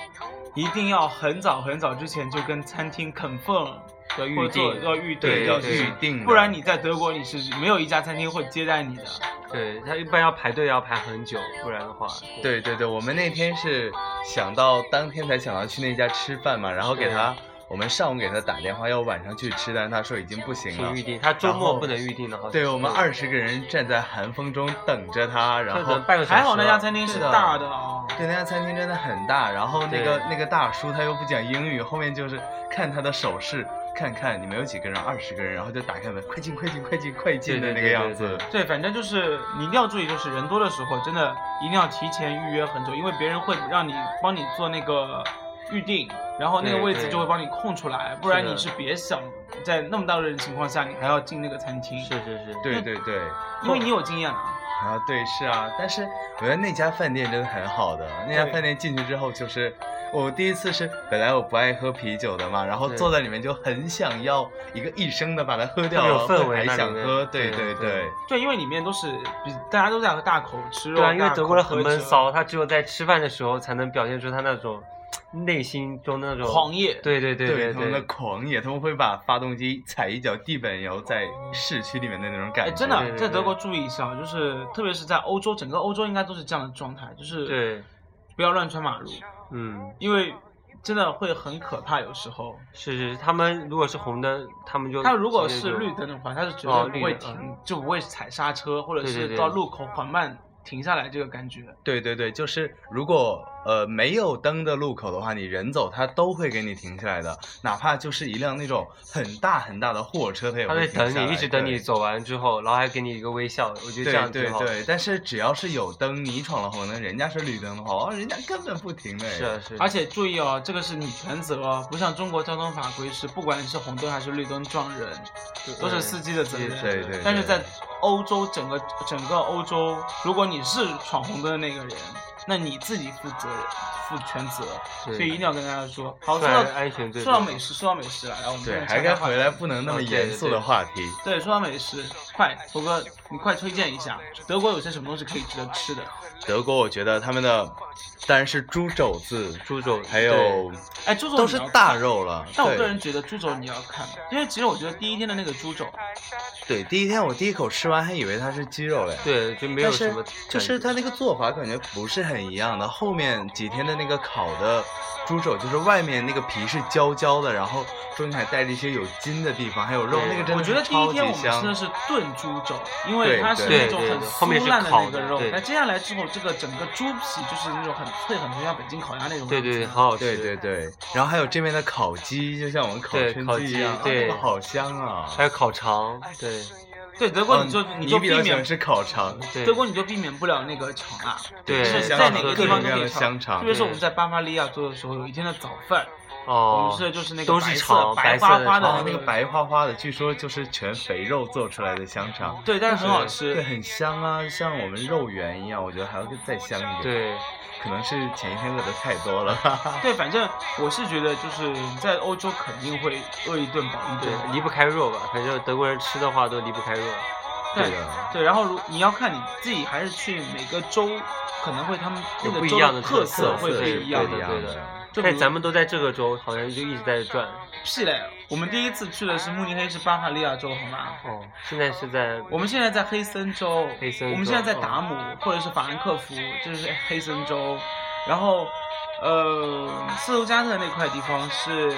[SPEAKER 2] 一定要很早很早之前就跟餐厅 confirm
[SPEAKER 4] 要
[SPEAKER 2] 或
[SPEAKER 4] 预
[SPEAKER 2] 者做
[SPEAKER 4] 定，
[SPEAKER 2] 要预定
[SPEAKER 3] 对，
[SPEAKER 2] 这
[SPEAKER 3] 要
[SPEAKER 2] 件
[SPEAKER 4] 对
[SPEAKER 2] 事
[SPEAKER 3] 预
[SPEAKER 2] 情，
[SPEAKER 3] 定的，
[SPEAKER 2] 不然你在德国你是没有一家餐厅会接待你的。
[SPEAKER 4] 对，他一般要排队要排很久，不然的话，
[SPEAKER 3] 对对对，我们那天是想到当天才想到去那家吃饭嘛，然后给他。我们上午给他打电话要晚上去吃，但是他说已经不行
[SPEAKER 4] 是
[SPEAKER 3] 了
[SPEAKER 4] 预。定，他周
[SPEAKER 3] 然
[SPEAKER 4] 末
[SPEAKER 3] 后
[SPEAKER 4] 不能预定的，好像
[SPEAKER 3] 对
[SPEAKER 4] 是
[SPEAKER 3] 我们二十个人站在寒风中等着他，然
[SPEAKER 4] 快
[SPEAKER 3] 后
[SPEAKER 4] 等半个小时啊
[SPEAKER 2] 还
[SPEAKER 4] 了，
[SPEAKER 2] 好那家餐厅是
[SPEAKER 3] 是的
[SPEAKER 2] 大的哦。
[SPEAKER 3] 对，那家餐厅真的很大，然后那个那个大叔他又不讲英语，后面就是看他的手势，看看你们有几个人，二十个人，然后就打开门，快进快进快进快进的
[SPEAKER 4] 对对
[SPEAKER 3] 那个
[SPEAKER 4] 对
[SPEAKER 3] 样
[SPEAKER 4] 对
[SPEAKER 3] 子。
[SPEAKER 2] 对，反正就是你一定要注意，就是人多的时候，真的一定要提前预约很久，因为别人会让你帮你做那个预定，然后那个
[SPEAKER 4] 对
[SPEAKER 2] 位置
[SPEAKER 4] 对
[SPEAKER 2] 就会帮你空出来，不然
[SPEAKER 4] 是的
[SPEAKER 2] 你是别想在那么大的人情况下，你还要进那个餐厅，
[SPEAKER 4] 是是是，
[SPEAKER 3] 对对对，
[SPEAKER 2] 因为你有经验啊了。
[SPEAKER 3] 然后对是啊，但是我觉得那家饭店真的很好的，那家
[SPEAKER 2] 对
[SPEAKER 3] 饭店进去之后就是。我第一次是，本来我不爱喝啤酒的嘛，然后
[SPEAKER 4] 对
[SPEAKER 3] 坐在里面就很想要一个一升的把它喝掉，
[SPEAKER 4] 特别有
[SPEAKER 3] 然后
[SPEAKER 4] 氛围
[SPEAKER 3] 还
[SPEAKER 4] 那里
[SPEAKER 3] 想
[SPEAKER 4] 面
[SPEAKER 3] 喝，
[SPEAKER 4] 对
[SPEAKER 3] 对对
[SPEAKER 4] 对
[SPEAKER 3] 对，
[SPEAKER 2] 对，因为里面都是比大家都在大口吃肉，
[SPEAKER 4] 对啊，因为
[SPEAKER 2] 大口
[SPEAKER 4] 德国人很
[SPEAKER 2] 喝
[SPEAKER 4] 闷
[SPEAKER 2] 酒
[SPEAKER 4] 骚，他只有在吃饭的时候才能表现出他那种内心中那种
[SPEAKER 2] 狂野。
[SPEAKER 4] 对对对对
[SPEAKER 3] 他们的狂野，他们会把发动机踩一脚地板油，在市区里面的那种感
[SPEAKER 2] 哎，
[SPEAKER 3] 觉。
[SPEAKER 2] 真
[SPEAKER 4] 对
[SPEAKER 2] 的，
[SPEAKER 4] 对
[SPEAKER 2] 在德
[SPEAKER 4] 对
[SPEAKER 2] 国注意一下，就是特别是在欧洲，整个欧洲应该都是这样的状态，就是
[SPEAKER 4] 对，
[SPEAKER 2] 不要乱穿马路，
[SPEAKER 4] 嗯，
[SPEAKER 2] 因为真的会很可怕。有时候，
[SPEAKER 4] 是是，他们如果是红灯，他们就
[SPEAKER 2] 它如果
[SPEAKER 4] 直接
[SPEAKER 2] 是
[SPEAKER 4] 就
[SPEAKER 2] 绿灯的话，它是绝
[SPEAKER 4] 哦
[SPEAKER 2] 对
[SPEAKER 4] 绿
[SPEAKER 2] 不会
[SPEAKER 4] 的
[SPEAKER 2] 停，就不会踩刹车，或者
[SPEAKER 4] 对对
[SPEAKER 2] 是
[SPEAKER 4] 对
[SPEAKER 2] 到路口缓慢停下来这个感觉。
[SPEAKER 3] 对对对，就是如果呃没有灯的路口的话，你人走它都会给你停下来的，哪怕就是一辆那种很大很大的货车，它也
[SPEAKER 4] 他
[SPEAKER 3] 会
[SPEAKER 4] 在
[SPEAKER 3] 停
[SPEAKER 4] 等
[SPEAKER 3] 下来。
[SPEAKER 4] 你，一直等你
[SPEAKER 3] 对。
[SPEAKER 4] 走完之后，然后还给你一个微笑，我觉得
[SPEAKER 3] 对
[SPEAKER 4] 这样
[SPEAKER 3] 对
[SPEAKER 4] 挺好。
[SPEAKER 3] 对，但是只要是有灯，你闯了红灯，人家是绿灯的话，哦，人家根本不停的。
[SPEAKER 4] 是啊是啊，
[SPEAKER 2] 而且注意哦，这个是你全责哦，不像中国交通法规是，不管是红灯还是绿灯撞人，都是司机的责任。
[SPEAKER 4] 对
[SPEAKER 3] 对对。
[SPEAKER 2] 但是
[SPEAKER 3] 对
[SPEAKER 2] 在欧洲整个整个欧洲，如果你是闯红灯的那个人，那你自己负责负全责，
[SPEAKER 4] 对
[SPEAKER 2] 所以一定要跟大家说。好，
[SPEAKER 4] 虽
[SPEAKER 2] 说
[SPEAKER 4] 然
[SPEAKER 2] 到
[SPEAKER 4] 安全最
[SPEAKER 2] 说到
[SPEAKER 4] 重
[SPEAKER 2] 美食，说到美食了，然后我们
[SPEAKER 3] 哎对，
[SPEAKER 2] 现在
[SPEAKER 3] 还
[SPEAKER 2] 岔开
[SPEAKER 3] 该
[SPEAKER 2] 话
[SPEAKER 3] 回
[SPEAKER 2] 题
[SPEAKER 3] 来不能那么
[SPEAKER 4] 哦对
[SPEAKER 3] 严
[SPEAKER 4] 对
[SPEAKER 3] 肃
[SPEAKER 4] 对
[SPEAKER 3] 的话题。
[SPEAKER 2] 对，说到美食，快，猴哥，你快推荐一下德国有些什么东西可以值得吃的？
[SPEAKER 3] 德国，我觉得他们的当然是猪肘子，
[SPEAKER 4] 猪肘子
[SPEAKER 3] 还有
[SPEAKER 2] 哎，猪肘
[SPEAKER 3] 都
[SPEAKER 2] 你
[SPEAKER 3] 是
[SPEAKER 2] 要看
[SPEAKER 3] 大。肉了。
[SPEAKER 2] 但我
[SPEAKER 3] 对
[SPEAKER 2] 个人觉得猪肘你要看，因为其实我觉得第一天的那个猪肘，
[SPEAKER 3] 对第一天我第一口吃完还以为它是鸡肉嘞，
[SPEAKER 4] 对，就没有
[SPEAKER 3] 但是
[SPEAKER 4] 什么，
[SPEAKER 3] 就是它那个做法感觉不是很一样的。后面几天的那个烤的猪肘，就是外面那个皮是焦焦的，然后中间还带着一些有筋的地方，还有肉，
[SPEAKER 4] 对
[SPEAKER 3] 那个真
[SPEAKER 2] 我
[SPEAKER 3] 的
[SPEAKER 2] 觉
[SPEAKER 3] 是
[SPEAKER 2] 得第一
[SPEAKER 3] 超级
[SPEAKER 2] 天我们
[SPEAKER 3] 香
[SPEAKER 2] 吃的。是炖猪肘，因为
[SPEAKER 3] 对
[SPEAKER 2] 它是
[SPEAKER 3] 对
[SPEAKER 2] 那种
[SPEAKER 4] 对
[SPEAKER 2] 很
[SPEAKER 4] 对后面
[SPEAKER 2] 酥
[SPEAKER 4] 是
[SPEAKER 2] 烂的
[SPEAKER 4] 烤
[SPEAKER 2] 那个
[SPEAKER 4] 的
[SPEAKER 2] 肉
[SPEAKER 4] 对。
[SPEAKER 2] 那接下来之后，这个整个猪皮就是那种很脆很脆，像北京烤鸭那种。
[SPEAKER 4] 对对对，好好吃。
[SPEAKER 3] 对对对，然后还有这边的烤鸡，就像我们烤
[SPEAKER 4] 对
[SPEAKER 3] 春
[SPEAKER 4] 烤
[SPEAKER 3] 鸡
[SPEAKER 4] 鸡
[SPEAKER 3] 一样，啊
[SPEAKER 4] 对
[SPEAKER 3] 那个好香啊！
[SPEAKER 4] 还有烤肠，对
[SPEAKER 2] 对德国你就
[SPEAKER 3] 哦
[SPEAKER 2] 你
[SPEAKER 3] 你
[SPEAKER 2] 就
[SPEAKER 3] 比
[SPEAKER 2] 避
[SPEAKER 3] 较喜
[SPEAKER 2] 免
[SPEAKER 3] 欢吃烤肠，
[SPEAKER 4] 对，
[SPEAKER 2] 德国你就避免不了那个肠啊，
[SPEAKER 4] 对
[SPEAKER 2] 就是
[SPEAKER 3] 香
[SPEAKER 2] 在
[SPEAKER 3] 肠
[SPEAKER 2] 哪个
[SPEAKER 3] 各
[SPEAKER 2] 地
[SPEAKER 3] 种
[SPEAKER 2] 方
[SPEAKER 3] 各
[SPEAKER 2] 都
[SPEAKER 3] 样
[SPEAKER 2] 可以
[SPEAKER 3] 的香
[SPEAKER 2] 尝。
[SPEAKER 3] 肠
[SPEAKER 2] 特别是我们在巴伐利亚做的时候，有一天的早饭，我
[SPEAKER 4] 哦
[SPEAKER 2] 们，吃的就是那个
[SPEAKER 4] 都
[SPEAKER 2] 白
[SPEAKER 4] 是
[SPEAKER 2] 色
[SPEAKER 4] 肠，
[SPEAKER 2] 白
[SPEAKER 4] 色
[SPEAKER 2] 花
[SPEAKER 4] 的
[SPEAKER 2] 花的
[SPEAKER 3] 哦
[SPEAKER 4] 肠，
[SPEAKER 3] 那个白花花的，据说就是全肥肉做出来的香肠，
[SPEAKER 2] 对，但是很好
[SPEAKER 3] 对，
[SPEAKER 2] 吃。
[SPEAKER 3] 很香啊，像我们肉圆一样，我觉得还要再香一点。，
[SPEAKER 4] 对
[SPEAKER 3] 可能是前一天饿的太多了。 哈哈
[SPEAKER 2] 对，反正我是觉得就是在欧洲肯定会饿一顿饱一顿。
[SPEAKER 4] 对，离不开肉吧，反正德国人吃的话都离不开肉。
[SPEAKER 3] 对
[SPEAKER 2] 对
[SPEAKER 3] 的，
[SPEAKER 2] 对，然后如你要看你自己还是去每个州，可能会他们那
[SPEAKER 4] 有
[SPEAKER 2] 个
[SPEAKER 4] 不一
[SPEAKER 2] 州
[SPEAKER 4] 样的
[SPEAKER 2] 特
[SPEAKER 4] 特
[SPEAKER 2] 色
[SPEAKER 4] 色
[SPEAKER 2] 会不
[SPEAKER 4] 对
[SPEAKER 2] 一样
[SPEAKER 4] 对的对的
[SPEAKER 2] 就比
[SPEAKER 4] 但
[SPEAKER 2] 如
[SPEAKER 4] 咱们都在这个州，好像就一直在转。
[SPEAKER 2] 屁嘞，我们第一次去的是慕尼黑，是巴伐利亚州，好吗？
[SPEAKER 4] 哦，现在是在
[SPEAKER 2] 我们现在在黑森州，
[SPEAKER 4] 黑森州哦
[SPEAKER 2] 我们现在在达姆、或者是法兰克福，这是黑森州。然后，呃，斯图加特那块地方是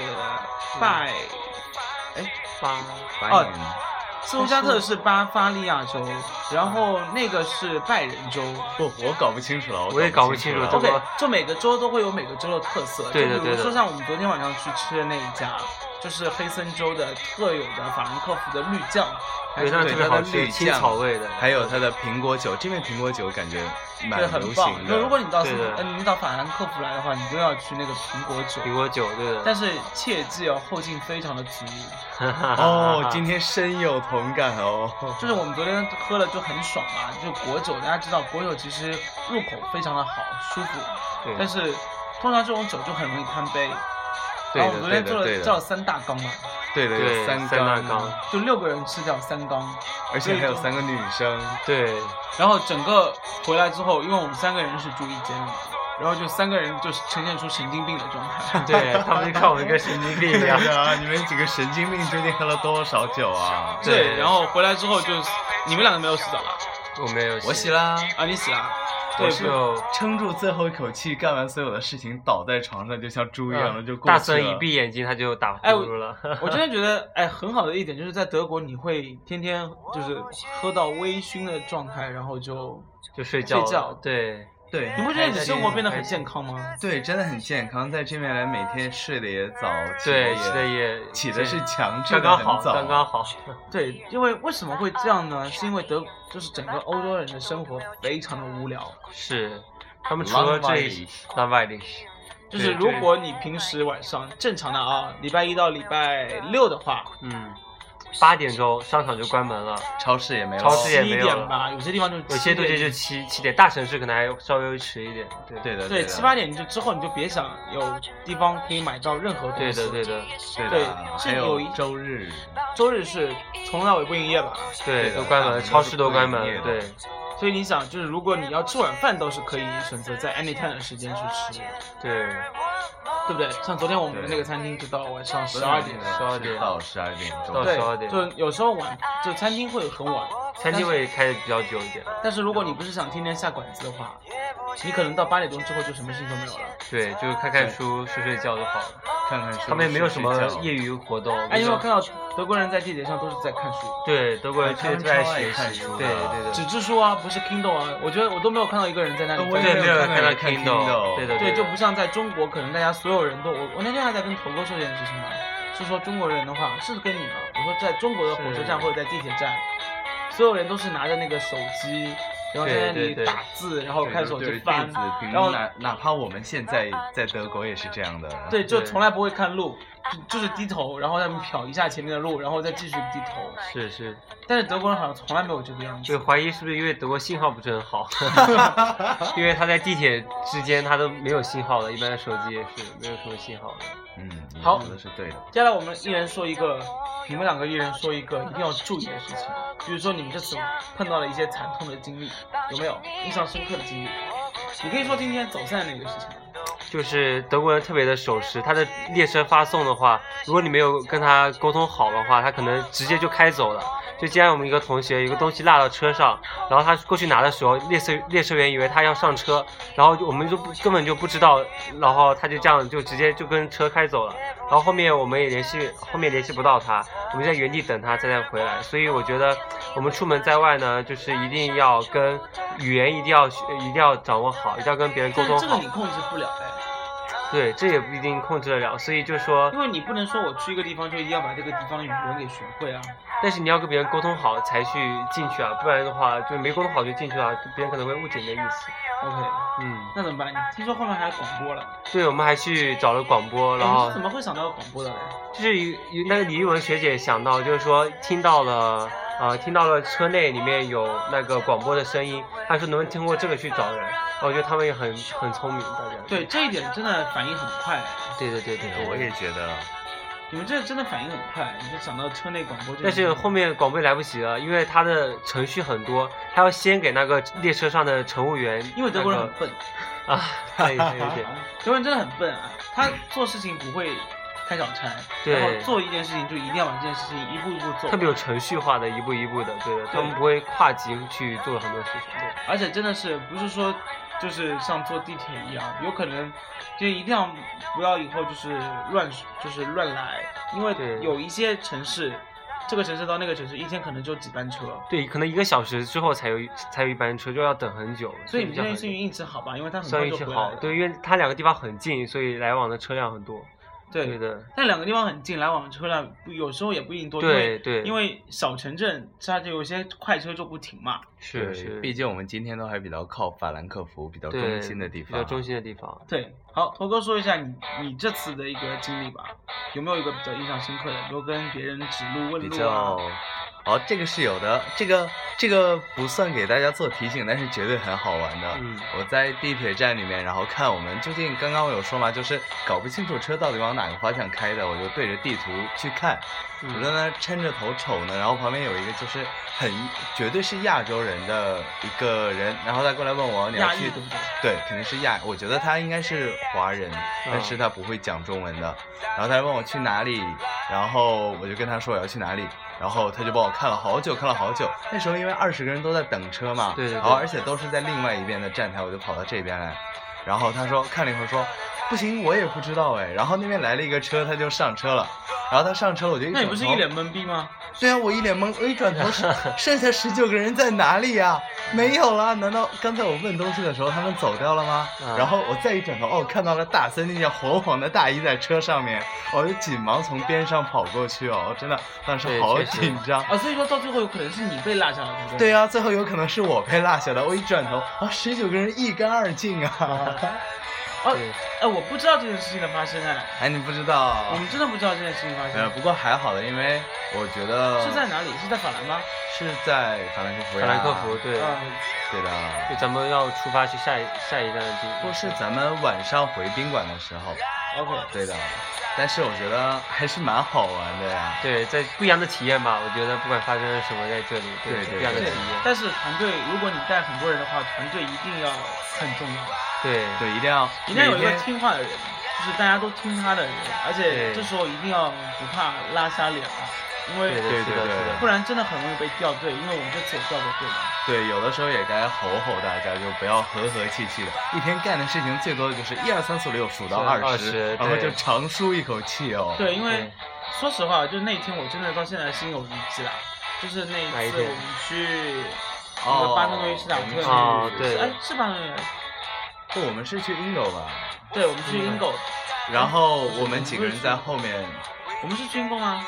[SPEAKER 2] 拜，
[SPEAKER 4] 巴
[SPEAKER 3] 八
[SPEAKER 2] 哦
[SPEAKER 3] 年，
[SPEAKER 2] 斯图加特是巴伐利亚州，然后那个是拜仁州。
[SPEAKER 3] 不，我搞不清楚了，
[SPEAKER 4] 我也搞不清
[SPEAKER 3] 了
[SPEAKER 4] 楚
[SPEAKER 2] OK，
[SPEAKER 4] 怎么
[SPEAKER 2] 就每个州都会有每个州的特色，
[SPEAKER 4] 对的
[SPEAKER 2] 就比
[SPEAKER 4] 对
[SPEAKER 2] 如
[SPEAKER 4] 的
[SPEAKER 2] 说像我们昨天晚上去吃的那一家，就是黑森州的特有的法兰克福的绿酱，还
[SPEAKER 4] 对，
[SPEAKER 2] 是
[SPEAKER 4] 那特别好
[SPEAKER 3] 对它的
[SPEAKER 4] 吃，
[SPEAKER 3] 绿
[SPEAKER 4] 青
[SPEAKER 3] 酱
[SPEAKER 4] 草味的。
[SPEAKER 3] 还有它的苹果酒，这边苹果酒感觉蛮
[SPEAKER 2] 对很
[SPEAKER 3] 流
[SPEAKER 2] 棒
[SPEAKER 3] 行。
[SPEAKER 2] 那
[SPEAKER 3] 的。
[SPEAKER 2] 如果你到斯
[SPEAKER 4] 对
[SPEAKER 2] 图
[SPEAKER 4] 的
[SPEAKER 2] 呃你到法兰克福来的话，你就要去那个苹果酒。
[SPEAKER 4] 苹果酒，对的。
[SPEAKER 2] 但是切记哦，后劲非常的足。
[SPEAKER 3] 哦，今天深有同感哦。
[SPEAKER 2] 就是我们昨天喝了就很爽嘛，就果酒，大家知道果酒其实入口非常的好，舒服。
[SPEAKER 4] 对
[SPEAKER 2] 但是通常这种酒就很容易贪杯。
[SPEAKER 3] 对
[SPEAKER 2] 然
[SPEAKER 3] 的
[SPEAKER 2] 后我们昨天做
[SPEAKER 3] 对的对
[SPEAKER 2] 了
[SPEAKER 3] 的
[SPEAKER 2] 叫了三大缸嘛，
[SPEAKER 3] 对的，有
[SPEAKER 4] 对
[SPEAKER 3] 三
[SPEAKER 4] 三大
[SPEAKER 3] 缸，
[SPEAKER 4] 缸
[SPEAKER 2] 就六个人吃掉三缸，
[SPEAKER 3] 而且还有三个女生。
[SPEAKER 4] 对。
[SPEAKER 2] 然后整个回来之后，因为我们三个人是住一间里，然后就三个人就是呈现出神经病的状态
[SPEAKER 4] 对， 他们就看我们跟神经病一
[SPEAKER 3] 对
[SPEAKER 4] 样。
[SPEAKER 3] 啊，你们几个神经病究竟喝了多少酒啊？
[SPEAKER 4] 对
[SPEAKER 2] 然后回来之后就你们两个没有洗澡吧？
[SPEAKER 4] 我没有，
[SPEAKER 3] 我洗啦，
[SPEAKER 2] 啊，你洗了？对
[SPEAKER 4] 我，就
[SPEAKER 3] 撑住最后一口气，干完所有的事情，倒在床上就像猪一样的就过去了。
[SPEAKER 4] 嗯大孙一闭眼睛他就打
[SPEAKER 2] 哎
[SPEAKER 4] 呼
[SPEAKER 2] 我
[SPEAKER 4] 噜了。
[SPEAKER 2] 我真的觉得，哎，很好的一点就是在德国，你会天天就是喝到微醺的状态，然后就，
[SPEAKER 4] 就睡觉了，
[SPEAKER 2] 睡觉
[SPEAKER 4] 对，
[SPEAKER 3] 对，哎
[SPEAKER 2] 你不觉得你的生活变得很
[SPEAKER 4] 开心
[SPEAKER 2] 健康吗？
[SPEAKER 3] 对，真的很健康，在这边来每天睡得也早，起得
[SPEAKER 4] 对，
[SPEAKER 3] 也
[SPEAKER 4] 起的也
[SPEAKER 3] 起的是
[SPEAKER 4] 对
[SPEAKER 3] 强制
[SPEAKER 4] 刚
[SPEAKER 3] 的
[SPEAKER 4] 刚
[SPEAKER 3] 很
[SPEAKER 4] 好，
[SPEAKER 3] 早啊
[SPEAKER 4] 刚刚好，
[SPEAKER 2] 对，因为为什么会这样呢？是因为德就是整个欧洲人的生活非常的无聊，
[SPEAKER 4] 是他们除了这一
[SPEAKER 3] Langweilig
[SPEAKER 4] l a n g w e i l i
[SPEAKER 2] 就是如果你平时晚上正常的啊，礼拜一到礼拜六的话，
[SPEAKER 4] 嗯，八点钟商场就关门了，
[SPEAKER 3] 超市也没了，
[SPEAKER 4] 超市也
[SPEAKER 2] 七
[SPEAKER 4] 没有
[SPEAKER 2] 点
[SPEAKER 4] 了，
[SPEAKER 2] 吧，有些地方就是
[SPEAKER 4] 有些
[SPEAKER 2] 七
[SPEAKER 4] 东西
[SPEAKER 2] 点
[SPEAKER 4] 就七七点，大城市可能还稍微迟一点，对
[SPEAKER 3] 对的，
[SPEAKER 2] 对
[SPEAKER 3] 的
[SPEAKER 2] 七八，点你就之后你就别想有地方可以买到任何东
[SPEAKER 4] 对
[SPEAKER 2] 西。
[SPEAKER 4] 的对的
[SPEAKER 3] 对
[SPEAKER 2] 哦对
[SPEAKER 3] 的，
[SPEAKER 2] 是
[SPEAKER 3] 还
[SPEAKER 2] 有
[SPEAKER 3] 有
[SPEAKER 2] 一
[SPEAKER 3] 周日，
[SPEAKER 2] 周日是从头到尾不营业吧？
[SPEAKER 3] 对
[SPEAKER 4] 对，
[SPEAKER 3] 的
[SPEAKER 4] 都关门了，
[SPEAKER 3] 大门都
[SPEAKER 4] 超
[SPEAKER 3] 是
[SPEAKER 4] 市都
[SPEAKER 3] 不
[SPEAKER 4] 关
[SPEAKER 3] 营业
[SPEAKER 4] 门，
[SPEAKER 3] 的
[SPEAKER 4] 对
[SPEAKER 2] 所以你想，就是如果你要吃晚饭，倒是可以选择在 anytime 的时间去吃，
[SPEAKER 4] 对，
[SPEAKER 2] 对不对？像昨天我们那个餐厅就到晚上十二点，
[SPEAKER 4] 十二点
[SPEAKER 3] 到十二点钟，
[SPEAKER 4] 到
[SPEAKER 2] 对
[SPEAKER 4] 12，点
[SPEAKER 2] 就有时候晚，就餐厅会很晚。
[SPEAKER 4] 餐厅会开的比较久一点，
[SPEAKER 2] 但是如果你不是想天天下馆子的话，你可能到八点钟之后就什么事情都没有了。
[SPEAKER 4] 对，就看看书睡睡觉就好了，
[SPEAKER 3] 看看书
[SPEAKER 4] 他们也没有什么
[SPEAKER 3] 睡觉
[SPEAKER 4] 业余活动，
[SPEAKER 2] 哎，
[SPEAKER 4] 没
[SPEAKER 2] 你有没有
[SPEAKER 4] 有
[SPEAKER 2] 看到德国人在地铁上都是在看书，
[SPEAKER 4] 对，德国人确
[SPEAKER 3] 他们
[SPEAKER 4] 实特爱
[SPEAKER 3] 超爱
[SPEAKER 4] 学
[SPEAKER 3] 看
[SPEAKER 4] 习
[SPEAKER 3] 书，的
[SPEAKER 4] 对对对。
[SPEAKER 2] 纸质书啊，不是 Kindle 啊，我觉得我都没有看到一个人在那里
[SPEAKER 3] 呃
[SPEAKER 2] 翻。
[SPEAKER 3] 我也
[SPEAKER 4] 对，
[SPEAKER 3] 没
[SPEAKER 4] 没
[SPEAKER 3] 有
[SPEAKER 4] 有
[SPEAKER 3] 看
[SPEAKER 4] 人
[SPEAKER 3] 到
[SPEAKER 4] 到
[SPEAKER 3] Kindle
[SPEAKER 4] 对的，
[SPEAKER 2] 对，
[SPEAKER 4] 的
[SPEAKER 2] 就不像在中国，可能大家所有人都我我那天还在跟头哥说这件事情呢，是说中国人的话是跟你们，我说在中国的火车站
[SPEAKER 4] 是
[SPEAKER 2] 或者在地铁站，所有人都是拿着那个手机，然后在那
[SPEAKER 4] 对对
[SPEAKER 2] 里
[SPEAKER 4] 对
[SPEAKER 2] 打字，然后
[SPEAKER 3] 对
[SPEAKER 2] 看
[SPEAKER 3] 就
[SPEAKER 2] 手
[SPEAKER 3] 对
[SPEAKER 2] 机
[SPEAKER 3] 着
[SPEAKER 2] 翻
[SPEAKER 3] 电子，屏
[SPEAKER 2] 然
[SPEAKER 3] 幕
[SPEAKER 2] 后
[SPEAKER 3] 哪哪怕我们现在在德国也是这样的，
[SPEAKER 2] 对，就
[SPEAKER 4] 对
[SPEAKER 2] 从来不会看路，就就是低头，然后再瞟一下前面的路，然后再继续低头。
[SPEAKER 4] 是是，
[SPEAKER 2] 但是德国人好像从来没有这个样
[SPEAKER 4] 就
[SPEAKER 2] 子。
[SPEAKER 4] 怀疑是不是因为德国信号不是很 好，
[SPEAKER 2] 啊
[SPEAKER 4] 因为他在地铁之间他都没有信号的，一般手机也是没有什么信号的。
[SPEAKER 3] 嗯，你
[SPEAKER 2] 好
[SPEAKER 3] 说的是对的。
[SPEAKER 2] 接下来我们一人说一个，你们两个一人说一个一定要注意的事情，比如说你们这次碰到了一些惨痛的经历，有没有印象深刻的经历？你可以说今天走散那个事情。
[SPEAKER 4] 就是德国人特别的守时，他的列车发送的话，如果你没有跟他沟通好的话，他可能直接就开走了。就今天我们一个同学，一个东西落到车上，
[SPEAKER 2] 哦
[SPEAKER 4] 然后他过去拿的时候，列车列车员以为他要上车，然后我们就不根本就不知道，然后他就这样就直接就跟车开走了。然后后面我们也联系，后面联系不到他，我们在原地等他再再回来。所以我觉得我们出门在外呢，就是一定要跟语言一定要学一定要掌握好，一定要跟别人沟
[SPEAKER 2] 但
[SPEAKER 4] 通
[SPEAKER 2] 是这个
[SPEAKER 4] 好
[SPEAKER 2] 你。控制不了哎，
[SPEAKER 4] 对，这也不一定控制得了，所以就说
[SPEAKER 2] 因，为你不能说我去一个地方就一定要把这个地方的语文给学会啊。
[SPEAKER 4] 但是你要跟别人沟通好才去进去啊，不然的话就没沟通好就进去了，别人可能会误解你的意思。
[SPEAKER 2] OK，
[SPEAKER 4] 嗯，
[SPEAKER 2] 那怎么办？你听说后面还有广播了，
[SPEAKER 4] 对，我们还去找了广播，然
[SPEAKER 2] 哎你
[SPEAKER 4] 后
[SPEAKER 2] 是怎么会想到广播的嘞？
[SPEAKER 4] 就是有有那个李玉文学姐想到，就是说听到了。呃，听到了车内里面有那个广播的声音，她说能不能通过这个去找人？然后我觉得他们也很很聪明，大家。
[SPEAKER 2] 对，这一点真的反应很快哎，
[SPEAKER 4] 对对对对对，
[SPEAKER 3] 我也觉得，
[SPEAKER 2] 你们这真的反应很快，你就想到车内广播这个
[SPEAKER 4] 但
[SPEAKER 2] 东西。
[SPEAKER 4] 是后面广播来不及了，因为他的程序很多，他要先给那个列车上的乘务员，
[SPEAKER 2] 因为德国人
[SPEAKER 4] 那
[SPEAKER 2] 很
[SPEAKER 4] 个
[SPEAKER 2] 笨，
[SPEAKER 4] 啊，对对对，
[SPEAKER 2] 德国人真的很笨啊，他做事情不会开小差，
[SPEAKER 4] 对
[SPEAKER 2] 然后做一件事情就一定要把这件事情一步一步做
[SPEAKER 4] 特
[SPEAKER 2] 完
[SPEAKER 4] 别有程序化的，一步一步的，对的，他们
[SPEAKER 2] 对
[SPEAKER 4] 不会跨级去做很多事情，对，
[SPEAKER 2] 而且真的是不是说就是像坐地铁一样，有可能就一定要不要以后就是乱就是乱来，因为
[SPEAKER 4] 对
[SPEAKER 2] 有一些城市，这个城市到那个城市一天可能就几班车，
[SPEAKER 4] 对，可能一个小时之后才有才有一班车，就要等很久，
[SPEAKER 2] 所以你们
[SPEAKER 4] 就
[SPEAKER 2] 今天
[SPEAKER 4] 很
[SPEAKER 2] 幸运运气好吧，因为他很
[SPEAKER 4] 算
[SPEAKER 2] 快
[SPEAKER 4] 运
[SPEAKER 2] 就
[SPEAKER 4] 气
[SPEAKER 2] 回
[SPEAKER 4] 好
[SPEAKER 2] 来，了。
[SPEAKER 4] 对，因为它两个地方很近，所以来往的车辆很多，对
[SPEAKER 2] 对
[SPEAKER 4] 的，
[SPEAKER 2] 但两个地方很近，来往车辆不有时候也不一定多，因
[SPEAKER 4] 对
[SPEAKER 2] 为
[SPEAKER 4] 对，
[SPEAKER 2] 因为小城镇它就有些快车就不停嘛。
[SPEAKER 4] 是
[SPEAKER 3] 对，
[SPEAKER 4] 是，
[SPEAKER 3] 毕竟我们今天都还比较靠法兰克福，比较
[SPEAKER 4] 对
[SPEAKER 3] 中心的地
[SPEAKER 4] 比
[SPEAKER 3] 方，
[SPEAKER 4] 较中心的地方，
[SPEAKER 2] 对，好，头哥说一下你你这次的一个经历吧，有没有一个比较印象深刻的，比如跟别人指路问
[SPEAKER 3] 比
[SPEAKER 2] 路啊
[SPEAKER 3] 较？。哦，这个是有的，这个这个不算给大家做提醒，但是绝对很好玩的。
[SPEAKER 4] 嗯，
[SPEAKER 3] 我在地铁站里面，然后看我们究竟刚刚我有说嘛，就是搞不清楚车到底往哪个方向开的，我就对着地图去看，我在
[SPEAKER 4] 嗯，
[SPEAKER 3] 那抻着头瞅呢，然后旁边有一个就是很绝对是亚洲人的一个人，然后他过来问我你要
[SPEAKER 2] 压抑
[SPEAKER 3] 去
[SPEAKER 2] 对不对？
[SPEAKER 3] 对，肯定是亚，我觉得他应该是华人，
[SPEAKER 2] 嗯
[SPEAKER 3] 但是他不会讲中文的。然后他问我去哪里，然后我就跟他说我要去哪里，然后他就帮我看了好久，看了好久。那时候因为二十个人都在等车嘛，
[SPEAKER 4] 对对
[SPEAKER 3] 然后
[SPEAKER 4] 对
[SPEAKER 3] 而且都是在另外一边的站台，我就跑到这边来。然后他说看了一会儿说，不行，我也不知道哎。然后那边来了一个车，他就上车了。然后他上车了，我就一
[SPEAKER 2] 那你
[SPEAKER 3] 转
[SPEAKER 2] 不是
[SPEAKER 3] 头
[SPEAKER 2] 一脸懵逼吗？
[SPEAKER 3] 对啊，我一脸懵，我一转头
[SPEAKER 4] 嗯
[SPEAKER 3] 是 剩下十九个人在哪里呀、没有啦？难道刚才我问东西的时候他们走掉了吗？
[SPEAKER 4] 啊
[SPEAKER 3] 然后我再一转头，哦，看到了大森那件黄黄的大衣在车上面， 我就紧忙从边上跑过去哦，我真的当时
[SPEAKER 4] 对
[SPEAKER 3] 好
[SPEAKER 4] 确实
[SPEAKER 3] 紧张。
[SPEAKER 2] 啊，所以说到最后有可能是你被落下了，对不对？
[SPEAKER 3] 对啊，最后有可能是我被落下的。我一转头，啊，十九个人一干二净 啊！
[SPEAKER 2] 哦
[SPEAKER 4] 对，
[SPEAKER 2] 哎，我不知道这件事情的发生哎，
[SPEAKER 3] 哎，你不知道，
[SPEAKER 2] 我们真的不知道这件事情发
[SPEAKER 4] 哎
[SPEAKER 3] 呃，
[SPEAKER 2] 生。
[SPEAKER 3] 不过还好的，因为我觉得
[SPEAKER 2] 是在哪里？是在法兰吗？
[SPEAKER 3] 是在法兰克福
[SPEAKER 4] 法
[SPEAKER 3] 呀，
[SPEAKER 4] 兰克
[SPEAKER 3] 啊
[SPEAKER 4] 福，对，
[SPEAKER 2] 嗯，
[SPEAKER 3] 对的。
[SPEAKER 4] 就咱们要出发去下一下一站的地，
[SPEAKER 3] 或是咱们晚上回宾馆的时候，
[SPEAKER 2] OK，
[SPEAKER 3] 对的。但是我觉得还是蛮好玩的呀。
[SPEAKER 4] 对，在不一样的体验吧，我觉得不管发生什么在这里，是
[SPEAKER 3] 对对
[SPEAKER 4] 不一样的体
[SPEAKER 2] 对
[SPEAKER 4] 验，
[SPEAKER 2] 但是团队，如果你带很多人的话，团队一定要很重要，
[SPEAKER 4] 对
[SPEAKER 3] 对，一定要
[SPEAKER 2] 一定要有
[SPEAKER 3] 每
[SPEAKER 2] 一个
[SPEAKER 3] 天
[SPEAKER 2] 听话的人，就是大家都听他的人，而且
[SPEAKER 4] 对
[SPEAKER 2] 这时候一定要不怕拉瞎脸啊，因
[SPEAKER 4] 对
[SPEAKER 2] 为
[SPEAKER 4] 的，
[SPEAKER 3] 对
[SPEAKER 4] 是
[SPEAKER 3] 对
[SPEAKER 4] 的，
[SPEAKER 3] 对
[SPEAKER 4] 是的
[SPEAKER 2] 不。然真的很容易被掉队，因为我们这次也掉过队的。
[SPEAKER 3] 对，有的时候也该吼吼大家，就不要和和气气的。一天干的事情最多的就是一二三四五六数到
[SPEAKER 4] 是
[SPEAKER 3] 二
[SPEAKER 4] 20
[SPEAKER 3] 十，然后
[SPEAKER 4] 对
[SPEAKER 3] 就长舒一口气哦。
[SPEAKER 2] 对，因为
[SPEAKER 4] 对
[SPEAKER 2] 说实话，就那一天我真的到现在心有余悸啦，就是那
[SPEAKER 4] 哪
[SPEAKER 2] 一
[SPEAKER 4] 一
[SPEAKER 2] 次
[SPEAKER 4] 天
[SPEAKER 2] 我们去那
[SPEAKER 3] 哦
[SPEAKER 2] 个巴登维斯塔
[SPEAKER 3] 我
[SPEAKER 2] 克
[SPEAKER 3] 们
[SPEAKER 2] 那
[SPEAKER 3] 去
[SPEAKER 2] 个
[SPEAKER 4] 哦对
[SPEAKER 2] 是哎是巴登维斯
[SPEAKER 3] 不，哦我们是去 Indo 吧，
[SPEAKER 2] 对，我们去英购，
[SPEAKER 3] 然后我们几个人在后面。
[SPEAKER 2] 我们是去英购吗？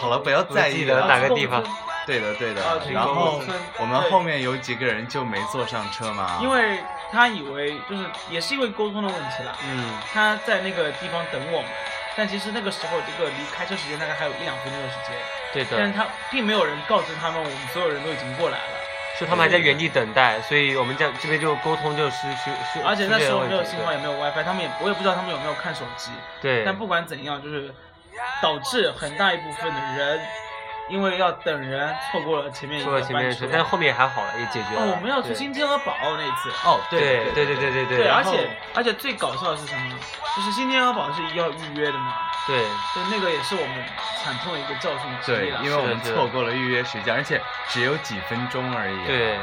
[SPEAKER 3] 好了，不要在意
[SPEAKER 4] 不记得哪
[SPEAKER 3] 了。
[SPEAKER 4] 个地方
[SPEAKER 2] 啊去购物
[SPEAKER 3] 对的，对的
[SPEAKER 2] 啊。去
[SPEAKER 3] 然
[SPEAKER 2] 购物
[SPEAKER 3] 后
[SPEAKER 2] 村
[SPEAKER 3] 我们
[SPEAKER 2] 对
[SPEAKER 3] 后面有几个人就没坐上车嘛，
[SPEAKER 2] 村因为他以为就是也是因为沟通的问题啦，
[SPEAKER 4] 嗯，
[SPEAKER 2] 他在那个地方等我们，但其实那个时候这个离开车时间大概还有一两分钟的时间，
[SPEAKER 4] 对
[SPEAKER 2] 但是
[SPEAKER 4] 的，
[SPEAKER 2] 他并没有人告知他们，我们所有人都已经过来了。
[SPEAKER 4] 是他们还在原地等待，所以我们这样这边就沟通就失去失，
[SPEAKER 2] 而且那时候没有
[SPEAKER 4] 出
[SPEAKER 2] 信
[SPEAKER 4] 现
[SPEAKER 2] 号，
[SPEAKER 4] 了问
[SPEAKER 2] 也
[SPEAKER 4] 题
[SPEAKER 2] 没有 WiFi，他们也我也不知道他们有没有看手机。
[SPEAKER 4] 对，
[SPEAKER 2] 但不管怎样，就是导致很大一部分的人因为要等人，错过了前面一
[SPEAKER 4] 说
[SPEAKER 2] 个
[SPEAKER 4] 到前面
[SPEAKER 2] 班
[SPEAKER 4] 是
[SPEAKER 2] 车，。
[SPEAKER 4] 但是后面还好了，也解决了。
[SPEAKER 2] 哦，我们要去
[SPEAKER 4] 对
[SPEAKER 2] 新天鹅堡那次。
[SPEAKER 3] 哦，
[SPEAKER 4] 对对对对对对，
[SPEAKER 2] 而
[SPEAKER 4] 然后
[SPEAKER 2] 且而且最搞笑的是什么呢？就是新天鹅堡是要预约的嘛，
[SPEAKER 4] 对
[SPEAKER 2] 对，那个也是我们惨痛的一个教训之
[SPEAKER 3] 对
[SPEAKER 2] 一了。
[SPEAKER 3] 因为我们
[SPEAKER 4] 是的
[SPEAKER 3] 错过了预约时间，而且只有几分钟而已。
[SPEAKER 4] 对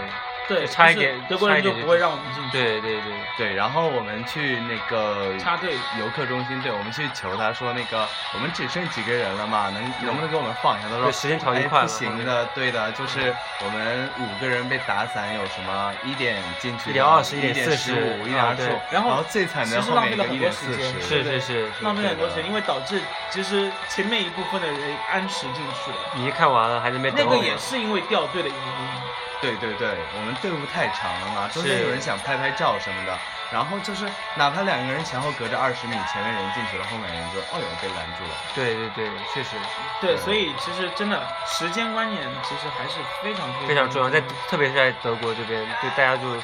[SPEAKER 2] 对，
[SPEAKER 4] 就差一
[SPEAKER 2] 就是
[SPEAKER 4] 点
[SPEAKER 2] 德国人就
[SPEAKER 4] 差一点就
[SPEAKER 2] 不会让我们进去。
[SPEAKER 4] 对对对，
[SPEAKER 3] 对，然后我们去那个
[SPEAKER 2] 插队
[SPEAKER 3] 游客中心，对，我们去求他说那个我们只剩几个人了嘛，能能不能给我们放一下？他说
[SPEAKER 4] 对时间调一块
[SPEAKER 3] 哎，
[SPEAKER 4] 了
[SPEAKER 3] 不行的，对的，就是我们五个人被打散，有什么一点进去的，
[SPEAKER 4] 一点二十
[SPEAKER 3] 一
[SPEAKER 4] 一点
[SPEAKER 3] 点
[SPEAKER 4] 四
[SPEAKER 3] 十
[SPEAKER 4] 十
[SPEAKER 3] 五，一点
[SPEAKER 4] 啊
[SPEAKER 3] 二十
[SPEAKER 4] 对
[SPEAKER 3] 五，
[SPEAKER 2] 然后
[SPEAKER 3] 最惨的
[SPEAKER 2] 其实
[SPEAKER 3] 后
[SPEAKER 2] 浪
[SPEAKER 3] 面
[SPEAKER 2] 费
[SPEAKER 3] 一
[SPEAKER 2] 了很多
[SPEAKER 3] 个一点
[SPEAKER 2] 时
[SPEAKER 3] 四
[SPEAKER 2] 间
[SPEAKER 3] 十，
[SPEAKER 4] 是
[SPEAKER 2] 对
[SPEAKER 4] 是是，
[SPEAKER 2] 浪费了很多钱，
[SPEAKER 3] 对的
[SPEAKER 2] 因为导致其实前面一部分的人按时进去了，
[SPEAKER 4] 你一看完了还在那边
[SPEAKER 2] 那
[SPEAKER 4] 等
[SPEAKER 2] 个
[SPEAKER 4] 我
[SPEAKER 2] 也
[SPEAKER 4] 们
[SPEAKER 2] 是因为掉队的原因。
[SPEAKER 3] 对对对，我们队伍太长了嘛，中间
[SPEAKER 4] 是
[SPEAKER 3] 有人想拍拍照什么的，然后就是哪怕两个人前后隔着二十米，前面人进去了，后面人就哦哟被拦住了。
[SPEAKER 4] 对对对，确实
[SPEAKER 2] 对，所以其实真的时间观念其实还是非常
[SPEAKER 4] 非常重要，在特别是在德国这边，对大家就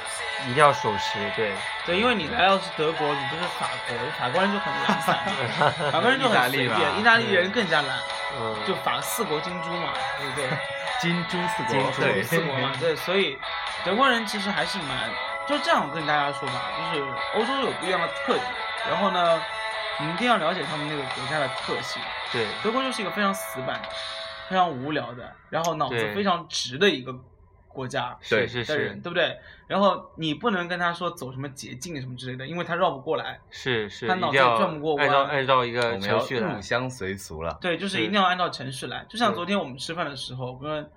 [SPEAKER 4] 一定要守时，对，
[SPEAKER 2] 对，因为你来到是德国，你不是法国，法国人就很懒 散，法国人就很随
[SPEAKER 3] 意大利吧
[SPEAKER 2] 便，意大利人更加懒，
[SPEAKER 4] 嗯，
[SPEAKER 2] 就法四国金珠嘛，对不对？
[SPEAKER 3] 金珠四国，
[SPEAKER 4] 金珠
[SPEAKER 3] 对
[SPEAKER 2] 四国嘛，对，所以德国人其实还是蛮，就这样我跟大家说吧，就是欧洲有不一样的特点，然后呢，你一定要了解他们那个国家的特性。
[SPEAKER 4] 对
[SPEAKER 2] 德国就是一个非常死板的、非常无聊的，然后脑子
[SPEAKER 4] 对
[SPEAKER 2] 非常直的一个国家
[SPEAKER 3] 对
[SPEAKER 4] 是是
[SPEAKER 2] 的人，
[SPEAKER 4] 是
[SPEAKER 2] 对不对？然后你不能跟他说走什么捷径什么之类的，因为他绕不过来。
[SPEAKER 4] 是是，
[SPEAKER 2] 他
[SPEAKER 4] 一
[SPEAKER 2] 脑
[SPEAKER 4] 定
[SPEAKER 2] 子
[SPEAKER 4] 要
[SPEAKER 2] 转不过
[SPEAKER 4] 按照
[SPEAKER 2] 弯
[SPEAKER 4] 按照一个
[SPEAKER 3] 我们要
[SPEAKER 4] 程序
[SPEAKER 3] 入
[SPEAKER 4] 来，
[SPEAKER 3] 乡随俗了。
[SPEAKER 2] 对，就是
[SPEAKER 4] 是
[SPEAKER 2] 一定要按照程序来。就像
[SPEAKER 4] 对
[SPEAKER 2] 昨天我们吃饭的时候，我跟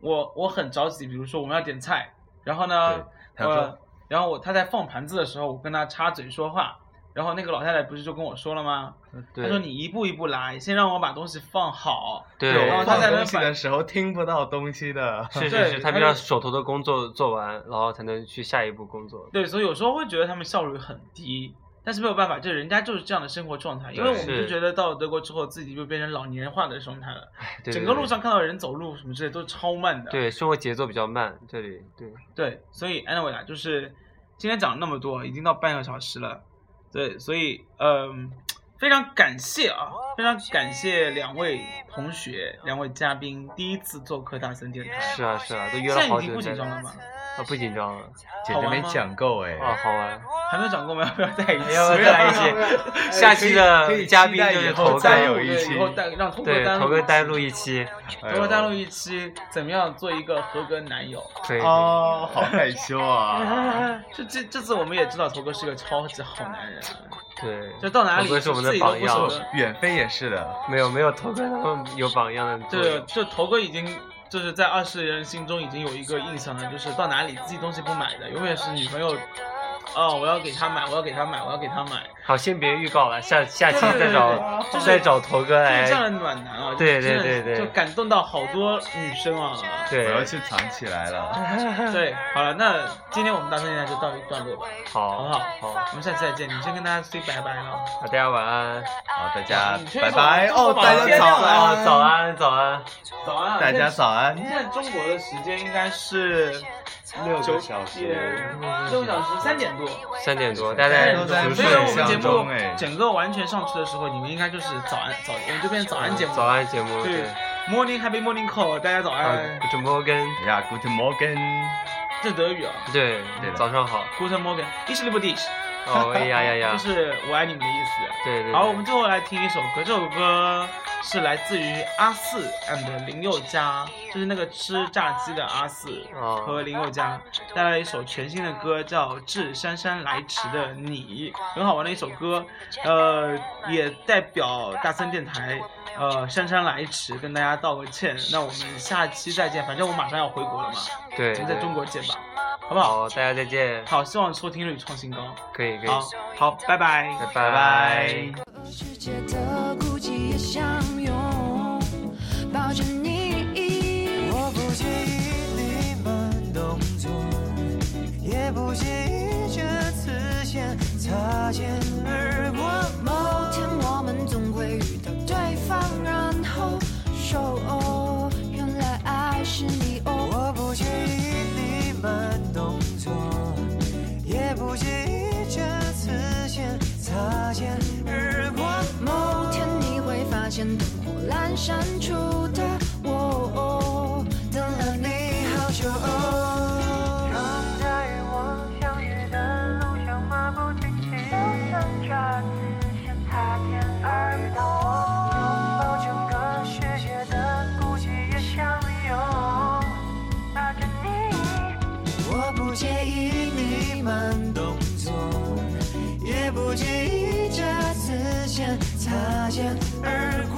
[SPEAKER 2] 我我很着急，比如说我们要点菜，然后呢
[SPEAKER 3] 对，他说
[SPEAKER 2] 呃然后我他在放盘子的时候，我跟他插嘴说话，然后那个老太太不是就跟我说了吗？她说
[SPEAKER 4] 对
[SPEAKER 2] 你一步一步来，先让我把东西放好。
[SPEAKER 4] 对
[SPEAKER 2] 然
[SPEAKER 3] 我
[SPEAKER 2] 后他在
[SPEAKER 3] 放
[SPEAKER 2] 那
[SPEAKER 3] 东西
[SPEAKER 2] 反
[SPEAKER 3] 的时候听不到东西的。
[SPEAKER 4] 是
[SPEAKER 2] 对
[SPEAKER 4] 是是，他
[SPEAKER 2] 他
[SPEAKER 4] 们要
[SPEAKER 2] 就
[SPEAKER 4] 手头的工作做完，然后才能去下一步工作。
[SPEAKER 2] 对，所以有时候会觉得他们效率很低，但是没有办法，这人家就是这样的生活状态。因为我
[SPEAKER 4] 对
[SPEAKER 2] 们就是觉得到了德国之后，自己就变成老年人化的状态了，
[SPEAKER 4] 哎对
[SPEAKER 2] 整
[SPEAKER 4] 对
[SPEAKER 2] 个
[SPEAKER 4] 对
[SPEAKER 2] 路上看到人走路什么之类都是超慢的。
[SPEAKER 4] 对生活节奏比较慢，这里对
[SPEAKER 2] 对，所以 anyway 啦，就是今天讲了那么多，已经到半个小时了。对，所以嗯、非常感谢啊，非常感谢两位同学、两位嘉宾第一次做客大森电台。
[SPEAKER 4] 是啊是啊，都约
[SPEAKER 2] 哎现
[SPEAKER 4] 了
[SPEAKER 2] 在
[SPEAKER 4] 好
[SPEAKER 2] 已
[SPEAKER 4] 久
[SPEAKER 2] 经不
[SPEAKER 4] 才
[SPEAKER 2] 紧张了吧？
[SPEAKER 4] 啊不紧张了，
[SPEAKER 3] 姐
[SPEAKER 2] 好
[SPEAKER 3] 姐
[SPEAKER 2] 玩
[SPEAKER 3] 没
[SPEAKER 2] 吗
[SPEAKER 3] 讲够哎，
[SPEAKER 4] 啊好玩，
[SPEAKER 2] 还没有讲过，我们要不要在一起？
[SPEAKER 4] 要不要再来一期
[SPEAKER 2] 哎
[SPEAKER 4] 下期
[SPEAKER 3] 可以可以
[SPEAKER 4] 的嘉宾
[SPEAKER 3] 期待
[SPEAKER 4] 就是
[SPEAKER 3] 以后
[SPEAKER 4] 头
[SPEAKER 3] 再
[SPEAKER 4] 哥，
[SPEAKER 3] 有一期
[SPEAKER 2] 对以后单让头
[SPEAKER 4] 对
[SPEAKER 2] 哥单
[SPEAKER 4] 头哥
[SPEAKER 2] 录
[SPEAKER 4] 单录一期，
[SPEAKER 3] 哎呦
[SPEAKER 2] 通过大陆一期，怎么样做一个合格男友？
[SPEAKER 4] 可以可以
[SPEAKER 3] 哦，好害羞 啊！
[SPEAKER 2] 这这这次我们也知道头哥是个超级好男人，
[SPEAKER 4] 对，
[SPEAKER 2] 就到哪里
[SPEAKER 4] 嗯头哥是我们
[SPEAKER 2] 自
[SPEAKER 4] 的
[SPEAKER 2] 己都
[SPEAKER 4] 榜
[SPEAKER 2] 不
[SPEAKER 4] 样
[SPEAKER 2] 晓，得
[SPEAKER 3] 远飞也是的，
[SPEAKER 4] 没有没有头哥他们有榜样的作
[SPEAKER 2] 对
[SPEAKER 4] 用，，
[SPEAKER 2] 就头哥已经就是在二十人心中已经有一个印象了，就是到哪里自己东西不买的，永远是女 朋友，哦，我要给他买，我要给他买，我要给他买，
[SPEAKER 4] 好，先别预告了，下下期
[SPEAKER 2] 对对
[SPEAKER 4] 再
[SPEAKER 2] 对
[SPEAKER 4] 找
[SPEAKER 2] 就是
[SPEAKER 4] 再找头哥
[SPEAKER 2] 就是
[SPEAKER 4] 来
[SPEAKER 2] 这，样的暖男啊，
[SPEAKER 4] 对
[SPEAKER 2] 就是
[SPEAKER 4] 对对对
[SPEAKER 2] 就感动到好多女生啊，
[SPEAKER 3] 我要
[SPEAKER 4] 对，
[SPEAKER 3] 去藏起来了。
[SPEAKER 2] 对，好了，那今天我们大三现在就到一段落吧，好
[SPEAKER 4] 好
[SPEAKER 2] 不好？
[SPEAKER 4] 好，
[SPEAKER 2] 我们下期再见，你先跟大家 say 拜拜了。
[SPEAKER 4] 好，大家晚安，
[SPEAKER 3] 好，大家
[SPEAKER 2] 你确
[SPEAKER 3] 拜
[SPEAKER 2] 定
[SPEAKER 3] 拜
[SPEAKER 2] 吗
[SPEAKER 3] 哦，大
[SPEAKER 2] 今天
[SPEAKER 3] 家
[SPEAKER 2] 就
[SPEAKER 3] 早
[SPEAKER 2] 晚安
[SPEAKER 3] 安
[SPEAKER 4] 哦，早，安早安，
[SPEAKER 2] 早安啊，
[SPEAKER 3] 大家
[SPEAKER 2] 现在
[SPEAKER 3] 早安。
[SPEAKER 2] 现在中国的时间应该是
[SPEAKER 3] 六
[SPEAKER 2] 九
[SPEAKER 3] 个小时
[SPEAKER 2] 点六个小时三点多，
[SPEAKER 4] 三点多，大家
[SPEAKER 3] 大
[SPEAKER 4] 在
[SPEAKER 3] 家都在
[SPEAKER 4] 熟
[SPEAKER 2] 所
[SPEAKER 4] 睡
[SPEAKER 2] 以
[SPEAKER 3] 睡
[SPEAKER 2] 我们
[SPEAKER 3] 相
[SPEAKER 2] 节
[SPEAKER 4] 当中
[SPEAKER 2] 目
[SPEAKER 3] 中哎
[SPEAKER 2] 整个完全上去的时候，你们应该就是早安早，我们就变成早安节目，
[SPEAKER 4] 早安节目
[SPEAKER 2] 对
[SPEAKER 4] 对，
[SPEAKER 2] ，Morning Happy Morning Call，大家早
[SPEAKER 4] 啊
[SPEAKER 2] 安，，
[SPEAKER 4] 主播跟
[SPEAKER 3] 呀，Good Morgen。
[SPEAKER 2] 这德语啊
[SPEAKER 4] 对
[SPEAKER 3] 对的
[SPEAKER 4] 早上好，
[SPEAKER 2] ，Guten Morgen，Ich liebe dich，
[SPEAKER 4] 哦哎呀呀呀
[SPEAKER 2] 就，是我爱你们的意思。
[SPEAKER 4] 对对，
[SPEAKER 2] 好，
[SPEAKER 4] 对
[SPEAKER 2] 我们最后来听一首歌，这首歌是来自于阿四 and 林宥嘉，就是那个吃炸鸡的阿四
[SPEAKER 4] 哦
[SPEAKER 2] 和林宥嘉带来一首全新的歌，叫《致姗姗来迟的你》，很好玩的一首歌，呃，也代表大森电台。呃，姗姗来迟，跟大家道个歉。那我们下期再见，反正我马上要回国了嘛，
[SPEAKER 4] 对，
[SPEAKER 2] 咱们在
[SPEAKER 4] 对
[SPEAKER 2] 中国见吧，好不好？
[SPEAKER 4] 好，大家再见，
[SPEAKER 2] 好，希望收听率创新高。
[SPEAKER 4] 可以可以，
[SPEAKER 2] 好，好，拜拜。
[SPEAKER 4] 拜
[SPEAKER 3] 拜拜。
[SPEAKER 5] 世界的孤寂也相拥，抱着你。
[SPEAKER 6] 我不介意你慢动作，也不介意这次先擦肩而过。
[SPEAKER 5] 某天我们总会遇到对方，然后说哦，原来爱是你哦。
[SPEAKER 6] 我不介意你慢动作，也不介意这次先擦肩而过。
[SPEAKER 5] 某天你会发现灯火阑珊处的我。哦慢动作，也不介意这次先擦肩而过。